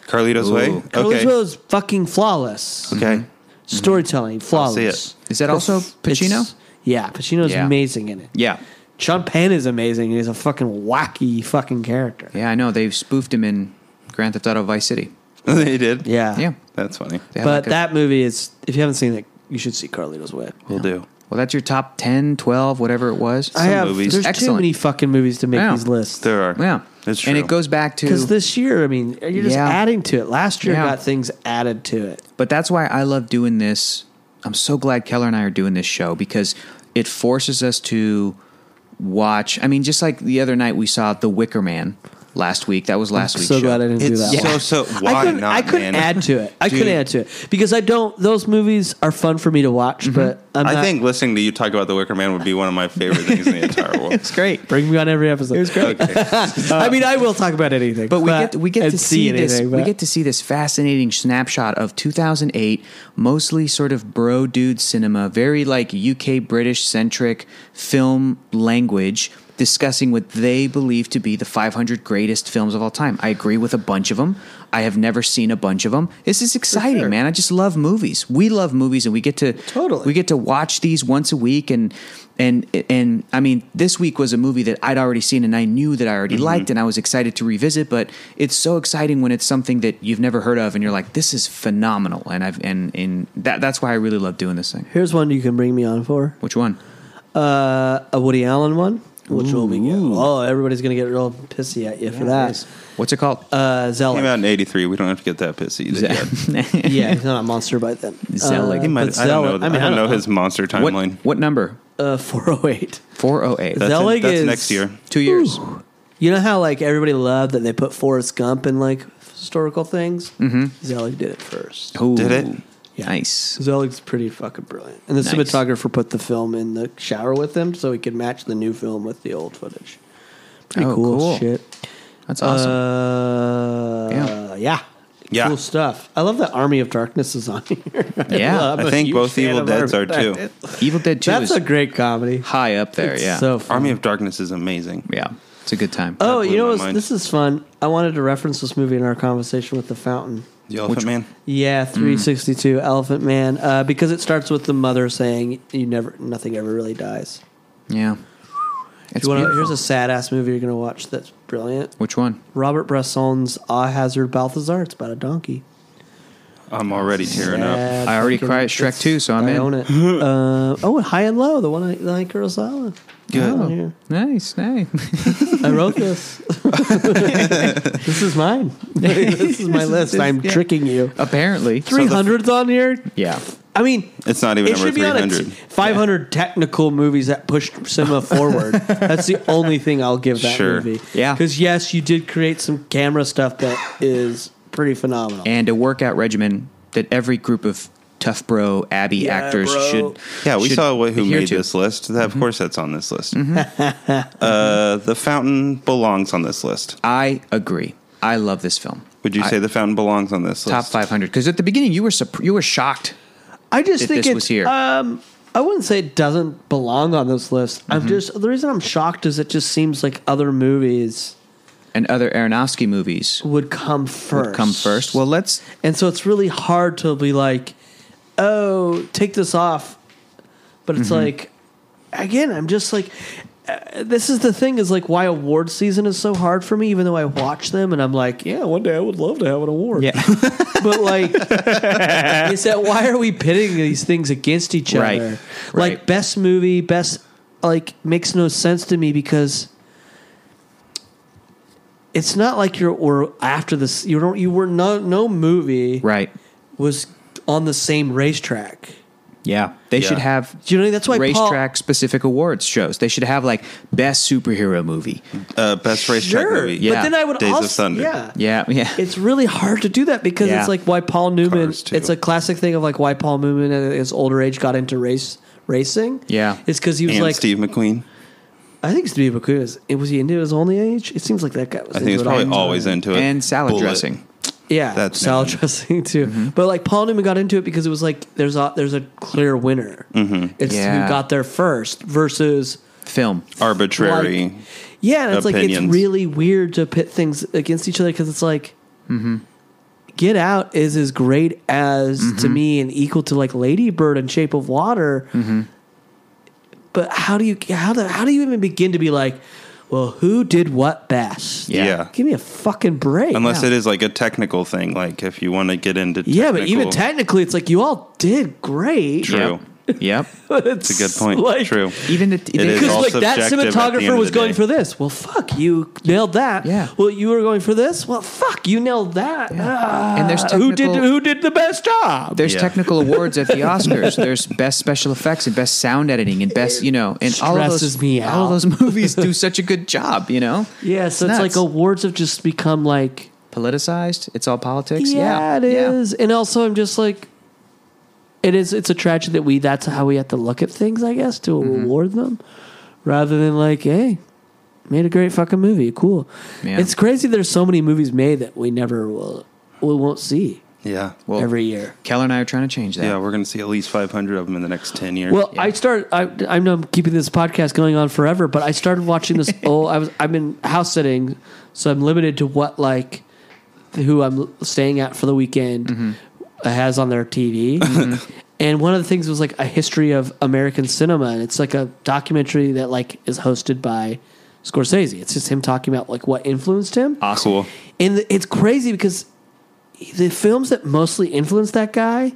Carlito's Ooh. Way. Carlito's Carlito's okay, Way is fucking flawless. Mm-hmm. okay. Storytelling flawless. see it. Is that also Pacino? It's- yeah, Pacino's Yeah. amazing in it. yeah, Sean Penn is amazing, and he's a fucking wacky fucking character. yeah. I know they've spoofed him in Grand Theft Auto Vice City. they did. Mm-hmm. Yeah, Yeah, that's funny. They have But like a- that movie is if you haven't seen it, you should see Carlito's Way. We'll do. well, that's your top 10, 12, whatever it was. I have movies. there's too Excellent. many fucking movies to make Yeah. these lists. There are. yeah, that's true. and it goes back to Because this year, I mean, you're just Yeah. adding to it. Last year Yeah. got things added to it. But that's why I love doing this. I'm so glad Keller and I are doing this show because it forces us to watch. I mean, just like the other night we saw The Wicker Man last week. That was last week's so show. glad I didn't do It's that. so one. so. Why I couldn't, not? I couldn't man? add to it. I couldn't Dude. add to it because I don't. Those movies are fun for me to watch, but I'm I not- think listening to you talk about the Wicker Man would be one of my favorite things in the entire world. It's great. bring me on every episode. Okay. I mean, I will talk about anything, But we get we get and to see, this. anything, We but- get to see this fascinating snapshot of 2008, mostly sort of bro dude cinema, very like UK British centric film language, discussing what they believe to be the 500 greatest films of all time. I agree with a bunch of them. I have never seen a bunch of them. This is exciting, sure. man. I just love movies. We love movies, and we get to Totally. we get to watch these once a week and. And and I mean, this week was a movie that I'd already seen and I knew that I already Mm-hmm. liked and I was excited to revisit. But it's so exciting when it's something that you've never heard of and you're like, "This is phenomenal!" And I've and and that that's why I really love doing this thing. Here's one you can bring me on for Which one? uh, a Woody Allen one, which will be good. Oh, everybody's gonna get real pissy at you for that. What's it called? Uh, Came out Zelig. in '83. We don't have to get that pissy. You did Is that- good. yeah, he's not a monster by then. Zelig. Uh, He Might- but I don't know. Zelig- I, mean, don't know, his monster what timeline. what number? Uh, 408. Four oh eight. That's, Zelig that's is- next year. Two years. You know how like everybody loved that they put Forrest Gump in like historical things. Mm-hmm. Zelig did it first. Ooh. Did it? Nice. Zelig's pretty fucking brilliant, and the Nice. cinematographer put the film in the shower with him so he could match the new film with the old footage. Pretty Oh, cool, cool. shit. That's awesome. Uh, yeah. Yeah. Yeah. Cool stuff. I love that Army of Darkness is on here. Yeah. love- I'm I a think huge both fan Evil of Dead's Army are of too. Darkness. Evil Dead Two That's is a great comedy. high up there. It's yeah. so fun. Army of Darkness is amazing. yeah. It's a good time. Oh, blew you know my what's mind. This is fun. I wanted to reference this movie in our conversation with the fountain. The Elephant Man. Yeah, Mm. 362 Elephant Man. Uh, because it starts with the mother saying, "You never, nothing ever really dies." Yeah. It's You wanna- beautiful. here's a sad ass movie you're gonna watch that's brilliant. Which one? Robert Bresson's Ah Hazard Balthazar. It's about a donkey. I'm already tearing up. Sad I already freaking- cried at Shrek it's- 2, so I'm I in. own it. uh, oh, and High and Low, the one I like, Kurosawa. Good. Oh, yeah. Nice, nice. I wrote this. this is mine. this is my This is list. just- I'm yeah. tricking you. Apparently. Three hundred's on here. Yeah. I mean, It's not even it number should be three on a hundred. t- 500 technical movies that pushed cinema forward. That's the only thing I'll give that Sure. movie. Yeah. Because, yes, you did create some camera stuff that is pretty phenomenal. And a workout regimen that every group of tough bro Abby Yeah, actors bro. should. Yeah, we should saw what, who adhere made to. this list. That, Mm-hmm. Of course, that's on this list. uh, the Fountain belongs on this list. I agree. I love this film. Would you I- say The Fountain belongs on this top list? 500? Because at the beginning you were surp- you were shocked. I just If think this it's, was here. Um, I wouldn't say it doesn't belong on this list. I'm Mm-hmm. just the reason I'm shocked is it just seems like other movies And other Aronofsky movies would come first. would come first. Well, let's and so it's really hard to be like, oh, take this off. But it's Mm-hmm. like, again, I'm just like, uh, this is the thing is like why award season is so hard for me, even though I watch them and I'm like, yeah, one day I would love to have an award. yeah. but like is that why are we pitting these things against each other Right, right. like best movie best like makes no sense to me because it's not like you're or after this you don't you were no no movie right. was on the same racetrack Yeah. They should Yeah. have do you know that's why Paul- racetrack specific awards shows. They should have like best superhero movie. Uh, best racetrack sure movie. Yeah. but then i would Days of also Thunder. yeah Yeah, yeah. it's really hard to do that because Yeah. it's like why Paul Newman. Cars, too. It's a classic thing of like why Paul Newman at his older age got into race racing. Yeah. it's because he was And like Steve McQueen. I think Steve McQueen is. it- Was he into his only age? It seems like that guy was. I think he's into it all probably the time. always into it. and salad Bullet. dressing. Yeah, That's that's salad Newman. dressing too. Mm-hmm. But like Paul Newman got into it because it was like there's a there's a clear winner. Mm-hmm. It's Yeah. who got there first versus Film. Arbitrary. Like- yeah. And it's like Opinions. it's really weird to pit things against each other because it's like. Get Out is as great as to me and equal to like Lady Bird and Shape of Water. But how do you how the, how do you even begin to be like, well, who did what best? yeah. Yeah. Give me a fucking break. Unless it is like a technical thing, like if you want to get into yeah, but even technical- technically, it's like you all did great. True. Yep. yep. But it's It's a good point. Like, True. Even the they- is It's Because all like that subjective at the end of cinematographer was the going day. for this. Well, fuck, you nailed that. Yeah. Well, you were going for this. Well, fuck, you nailed that. Ah, And there's who did technical- who did the best job? There's Yeah. technical awards at the Oscars. There's best special effects and best sound editing and best, you know, and all of those Stresses me all of out. those movies do such a good job, you know. Yeah, so It's it's, like nuts. awards have just become like Politicized. It's all politics. yeah, Yeah, it is. And also, I'm just like. It is. It's a tragedy that we. That's how we have to look at things, I guess, to Mm-hmm. reward them, rather than like, hey, made a great fucking movie, cool. Yeah. It's crazy. There's so many movies made that we never will, we won't see Yeah. Well, every year. Keller and I are trying to change that. yeah, we're going to see at least 500 of them in the next 10 years. Well, I start. I, I know I'm keeping this podcast going on forever, but I started watching this. oh, I was. I'm in house sitting, so I'm limited to what like who I'm staying at for the weekend has on their TV. and one of the things was like a history of American cinema, and it's like a documentary that like is hosted by Scorsese. It's just him talking about like what influenced him. Awesome. cool. And the, it's crazy because the films that mostly influenced that guy,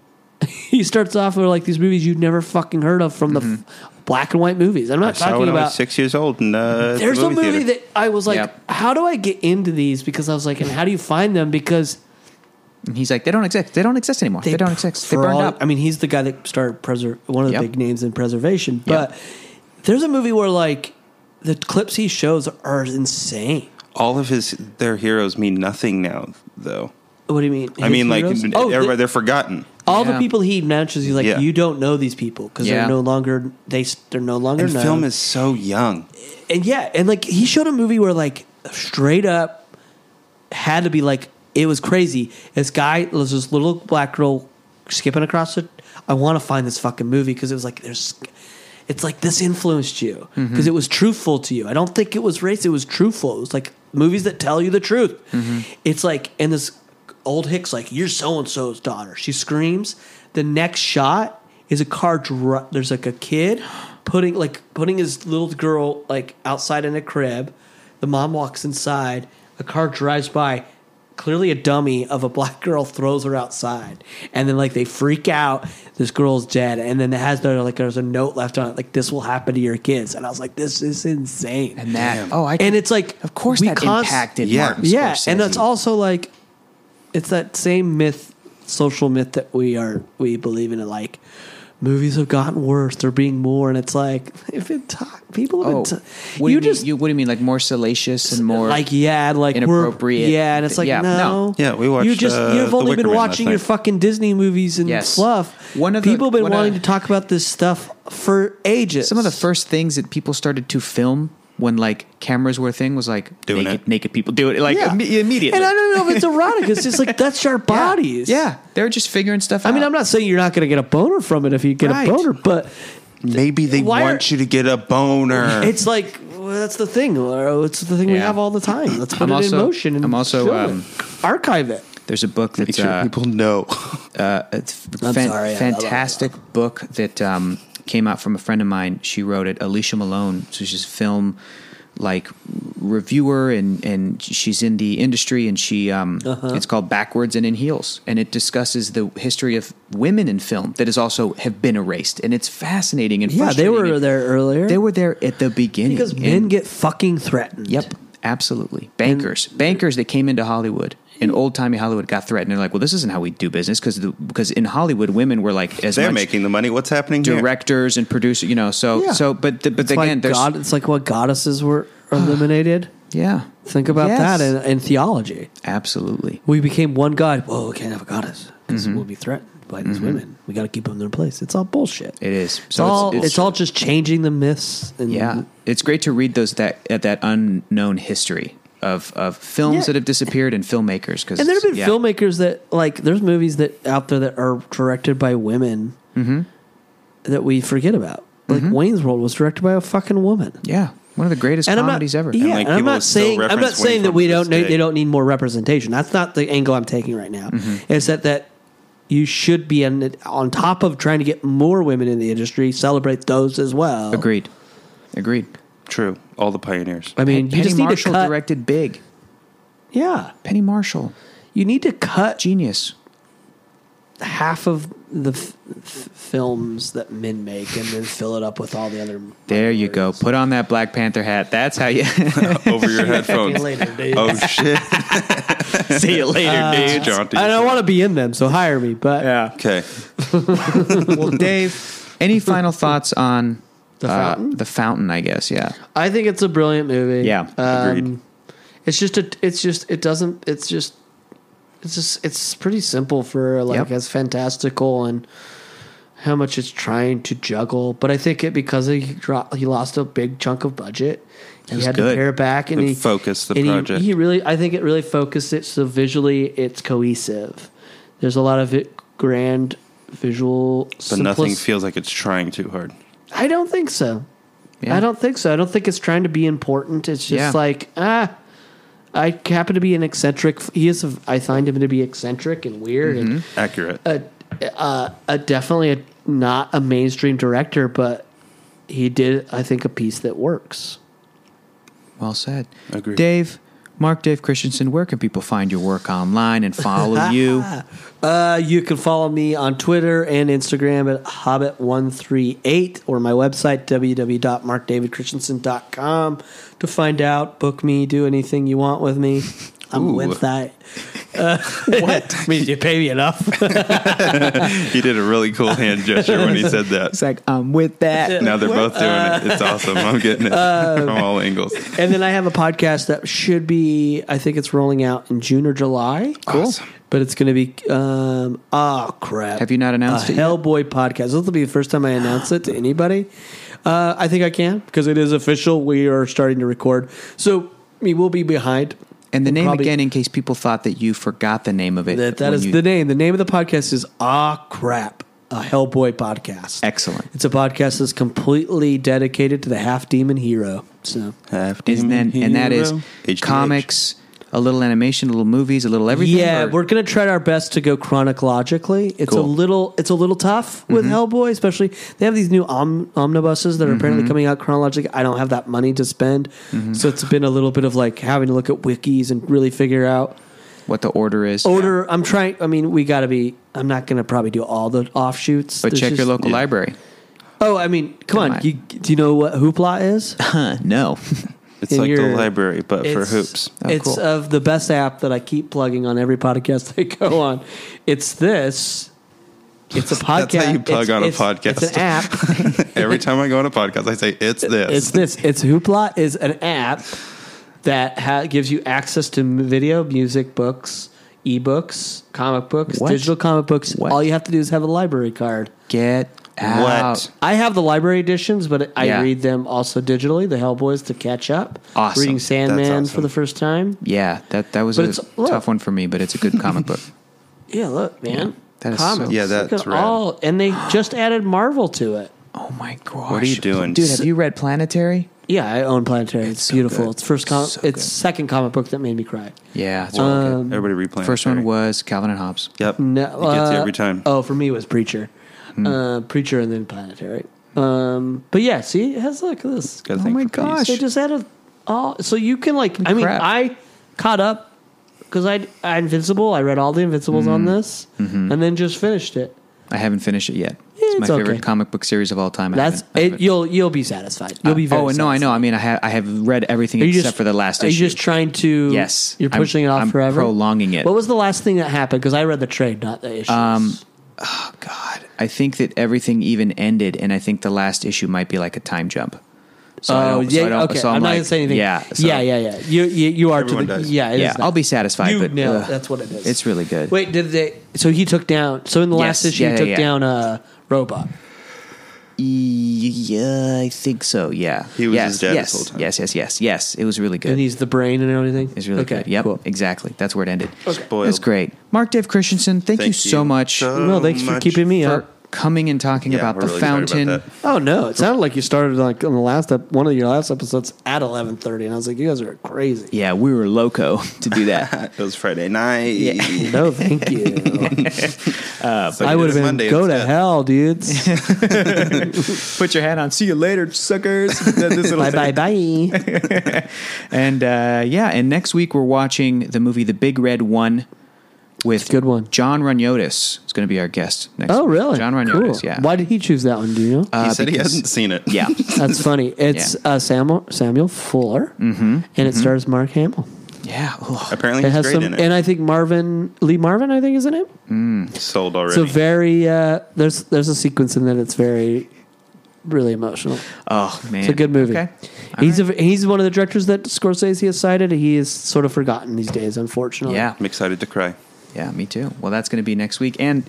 he starts off with like these movies you've never fucking heard of from the f- black and white movies. I'm Mm-hmm. I not saw talking when I about. was six years old. And, uh, There's the a movie theater. that I was like, Yep. how do I get into these? Because I was like, and how do you find them? Because And he's like, they don't exist. They don't exist anymore. They, don't exist. They for burned all- up. I mean, he's the guy that started preser- one of the Yep. big names in preservation. But there's a movie where like the clips he shows are insane. all of his their heroes mean nothing now, though. What do you mean? I mean, like Heroes? n- Oh, the- everybody, they're forgotten. All Yeah. the people he mentions, he's like, Yeah. you don't know these people because Yeah. they're no longer they s- they're no longer And known. film is so young. and yeah, and like he showed a movie where like straight up had to be like it was crazy. This guy was this little black girl skipping across it. I want to find this fucking movie because it was like there's. It's like this influenced you because Mm-hmm. it was truthful to you. I don't Mm-hmm. think it was race. It was truthful. It was like movies that tell you the truth. It's like and this old Hicks like, "You're so and so's daughter." She screams. The next shot is a car. Dr- there's like a kid putting like putting his little girl like outside in a crib. The mom walks inside. A car drives by. Clearly, a dummy of a black girl throws her outside, and then like they freak out. This girl's dead, and then it has there like there's a note left on it like this will happen to your kids, and I was like, this is insane. and that. Oh, I and it's like of course we that const- impacted Yeah. Martin yeah, Scorsese. Oh, and it's also like it's that same myth, social myth that we are we believe in. Like movies have gotten worse; they're being more, and it's like if it ta- people have Oh, been ta- what do you, just mean? You, what do you mean? Like more salacious and more like yeah, like we're- inappropriate. yeah, and it's like Yeah, no. no. Yeah, we watched, You just uh, you've The only Wicker been Man last watching your night. fucking Disney movies and Yes. fluff. One of the- people have been one of- wanting to talk about this stuff for ages. some of the first things that people started to film when like cameras were a thing was like Doing naked, it. naked people do it like Yeah. imme- immediately. And I don't know if it's erotic. It's just like that's our bodies. Yeah, they're just figuring stuff. I mean, out. I'm not saying you're not going to get a boner from it if you get Right. a boner, but Maybe they Why are- want you to get a boner. it's like well, that's the thing. Laura. It's the thing we Yeah. have all the time. Let's put I'm it in also- motion. And I'm also, show it. um, archive it. There's a book Make that's sure uh, people know. it's I'm fan- sorry, I- I fantastic book that um, came out from a friend of mine. She wrote it, Alicia Malone. So she's a film like reviewer and and she's in the industry and she um Uh-huh. it's called backwards and in heels and it discusses the history of women in film that is also have been erased and it's fascinating and Yeah, they frustrating. were there earlier. they were there at the beginning because and- men get fucking threatened. Yep, absolutely. Bankers, bankers that came into Hollywood in old timey Hollywood got threatened. They're like, "Well, this isn't how we do business," because because in Hollywood, women were like as They're much making the money. What's happening here? directors and producers, you know. So Yeah. so, but the, but It's again, like there's God. It's like what goddesses were eliminated. yeah. Think about Yes. that in, in theology. absolutely. We became one God. Whoa, we can't have a goddess because Mm-hmm. we'll be threatened by these women. We got to keep them in their place. It's all bullshit. It is. It's all. It's, all just changing the myths. And Yeah, it's great to read those that uh, that unknown history of of films Yeah. that have disappeared and filmmakers because And there have been filmmakers that like there's movies that out there that are directed by women Mm-hmm. that we forget about. Like Wayne's World was directed by a fucking woman. Yeah, one of the greatest And I'm not, comedies ever. yeah, like, and I'm people not still saying I'm reference not Wayne's saying that World we to don't this need, day. they don't need more representation. That's not the angle I'm taking right now. Mm-hmm. It's that that you should be on, on top of trying to get more women in the industry, celebrate those as well. Agreed. Agreed. True. All the pioneers. I mean, you Penny just need Marshall to cut. directed Big. yeah, Penny Marshall, you need to cut genius. half of the f- f- films that men make and then fill it up with all the other. There you go. Put on that Black Panther hat. That's how you. Over your headphones. Later, dude. Oh shit! See you later, It's dudes. jaunty. I don't want to be in them, so hire me. But Yeah. Okay. Well, Dave, any final thoughts on uh, The Fountain? the fountain, I guess. Yeah. I think it's a brilliant movie. Um, Yeah, agreed. It's just a. It's just. It doesn't. It's just. It's just. It's pretty simple for like Yep. as fantastical and how much it's trying to juggle. But I think it because he dro- he lost a big chunk of budget. He was had to good. pare back and It he focused the and he- project. He, really, I think it really focused it. So visually, it's cohesive. There's a lot of it, grand visual, But nothing simplic- feels like it's trying too hard. I don't think so. Yeah. I don't think so. I don't think it's trying to be important. It's just Yeah. like ah, I happen to be an eccentric. He is. A, I find him to be eccentric and weird and Accurate. a, Mm-hmm. a, a definitely a, not a mainstream director, but he did. I think a piece that works. Well said. Agreed. Dave, Mark Dave Christensen, where can people find your work online and follow you? Uh, you can follow me on Twitter and Instagram at Hobbit138 or my website, www.markdavidchristensen.com, to find out, book me, do anything you want with me. I'm Ooh. with that. Uh, what? I mean, you pay me enough. He did a really cool hand gesture when he said that. It's like, I'm with that. Now they're both doing it. It's Uh, awesome. I'm getting it from all angles. and then I have a podcast that should be, I think it's rolling out in June or July. Cool. Awesome. But it's going to be, um, oh, crap. Have you not announced a it yet? Hellboy podcast. This will be the first time I announce it to anybody. Uh, I think I can because it is official. We are starting to record. So we will be behind. And the We'll name probably- again, in case people thought that you forgot the name of it. That, that when is you- the name. The name of the podcast is Ah Crap, a Hellboy podcast. Excellent. It's a podcast that's completely dedicated to the half demon hero. So is then and that is HDH. comics a little animation, a little movies, a little everything? Yeah, or- we're gonna try our best to go chronologically. It's a Cool. Mm-hmm. little it's a little tough with Hellboy, especially they have these new om- omnibuses that are apparently coming out chronologically. I don't have that money to spend, Mm-hmm. so it's been a little bit of like having to look at wikis and really figure out what the order is. order. I'm trying. I mean, we got to be. I'm not gonna probably do all the offshoots, But There's check your just- local library. Oh, I mean, come, Come on. on. You, do you know what Hoopla is? Huh, no. It's in like your- the library, but for It's- hoops. Oh, it's cool. of the best app that I keep plugging on every podcast I go on. It's this. It's a podcast. That's how you plug It's- on a it's- It's podcast. an app. Every time I go on a podcast, I say it's this. it's this. It's Hoopla is an app that ha- gives you access to m- video, music, books, ebooks, comic books, What? digital comic books. What? All you have to do is have a library card. Get out. what? I have the library editions, but I Yeah. read them also digitally. The Hellboys to catch up. Awesome. Reading That's Sandman for awesome. the first time. Yeah, that that was But a it's- tough look. one for me, but it's a good comic book. Yeah, look, man. That is Comics. so- Yeah, Look that's at rad. all, and they just added Marvel to it. Oh my gosh! are you doing? dude? Have you read Planetary? Yeah, I own Planetary. It's, It's so beautiful. good. It's first com- So it's good. second comic book that made me cry. Yeah, it's really good. Well, okay. Everybody replaying. Um, First one was Calvin and Hobbes. Yep. No, it gets uh, you every time. Oh, for me it was Preacher, Hmm. uh, Preacher, and then Planetary. Um, but yeah, see, it has like this. Gotta oh think my for peace. gosh. They just added all, so you can like. I mean, Crap. I caught up because I, I Invincible. I read all the Invincibles Hmm. on this, Mm-hmm. and then just finished it. I haven't finished it yet. Yeah, It's, my it's okay. favorite comic book series of all time. I That's haven't- I it, haven't- you'll you'll be satisfied. You'll be very. oh no, I know. I mean, I have I have read everything Are you except just- for the last Are issue. you just trying to? Yes, you're I'm- pushing it off I'm forever, prolonging it. What was the last thing that happened? Because I read the trade, not the issues. Um, oh god, I think that everything even ended, and I think the last issue might be like a time jump. So I oh don't- so yeah, I don't- okay. so I'm, I'm, not like, gonna say anything. Yeah, so- yeah, yeah, yeah. You you, you are to Everyone the does. yeah. it is yeah. that. I'll be satisfied, You but know, ugh, that's what it is. It's really good. Wait, did they? So he took down. So in the last Yes, issue, yeah, he yeah, took yeah. down a robot. Yeah, I think so. Yeah, He was yes, his dad this Yes, whole time. yes, yes, yes, yes. It was really good. And he's the brain and everything. It's really okay. good. Yep, cool. exactly. That's where it ended. Oh, Spoiled. That's great. Mark Dave Christensen, thank, you so much so No, thanks for much keeping me for up. coming and talking Yeah, about we're the really sorry about fountain. that. Oh no! It sounded like you started like on the last ep- one of your last episodes at eleven thirty, and I was like, "You guys are crazy." Yeah, we were loco to do that. It was Friday night. No, thank you. So I we would have did it been Monday go to instead. hell, dudes. Put your hat on. See you later, suckers. This little bye bye bye. And uh, yeah, and next week we're watching the movie The Big Red One with good one. John Runyotis is going to be our guest next. Oh week. really? John Cool. Runyotis. Yeah. Why did he choose that one? Do you know? He Uh, said he because- hasn't seen it. Yeah. That's funny. It's uh, Samuel Samuel Fuller, Mm-hmm. and it stars Mark Hamill. Yeah. Oh. Apparently, It he's has great some, in it. and I think Marvin Lee Marvin, I think is in it. Sold It's a already. very uh, there's there's a sequence in that it's very really emotional. Oh man, It's a good movie. Okay. he's a, he's one of the directors that Scorsese has cited. He is sort of forgotten these days, unfortunately. Yeah, I'm excited to cry. yeah, me too. Well, that's going to be next week. And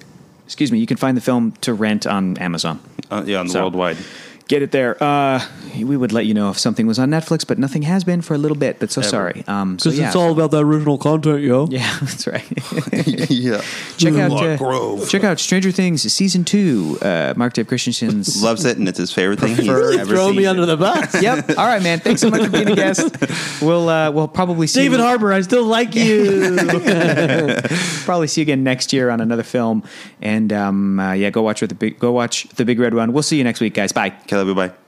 excuse me, you can find the film to rent on Amazon. Uh, yeah, on the So- worldwide. Get it there. Uh, we would let you know if something was on Netflix, but nothing has been for a little bit. But so Ever. sorry. Um, so yeah, about the original content, yo. yeah, that's right. yeah. check out Lock uh, Grove. check out Stranger Things season two. Uh, Mark Dave Christensen's. Loves it, and it's his favorite thing he's Really ever throw seen. me under the bus. yep. All right, man. Thanks so much for being a guest. We'll uh, we'll probably see David you, Harbour, I still like you. probably see you again next year on another film. And um, uh, yeah, go watch with the big go watch the Big Red One. We'll see you next week, guys. Bye. Okay, love you, bye.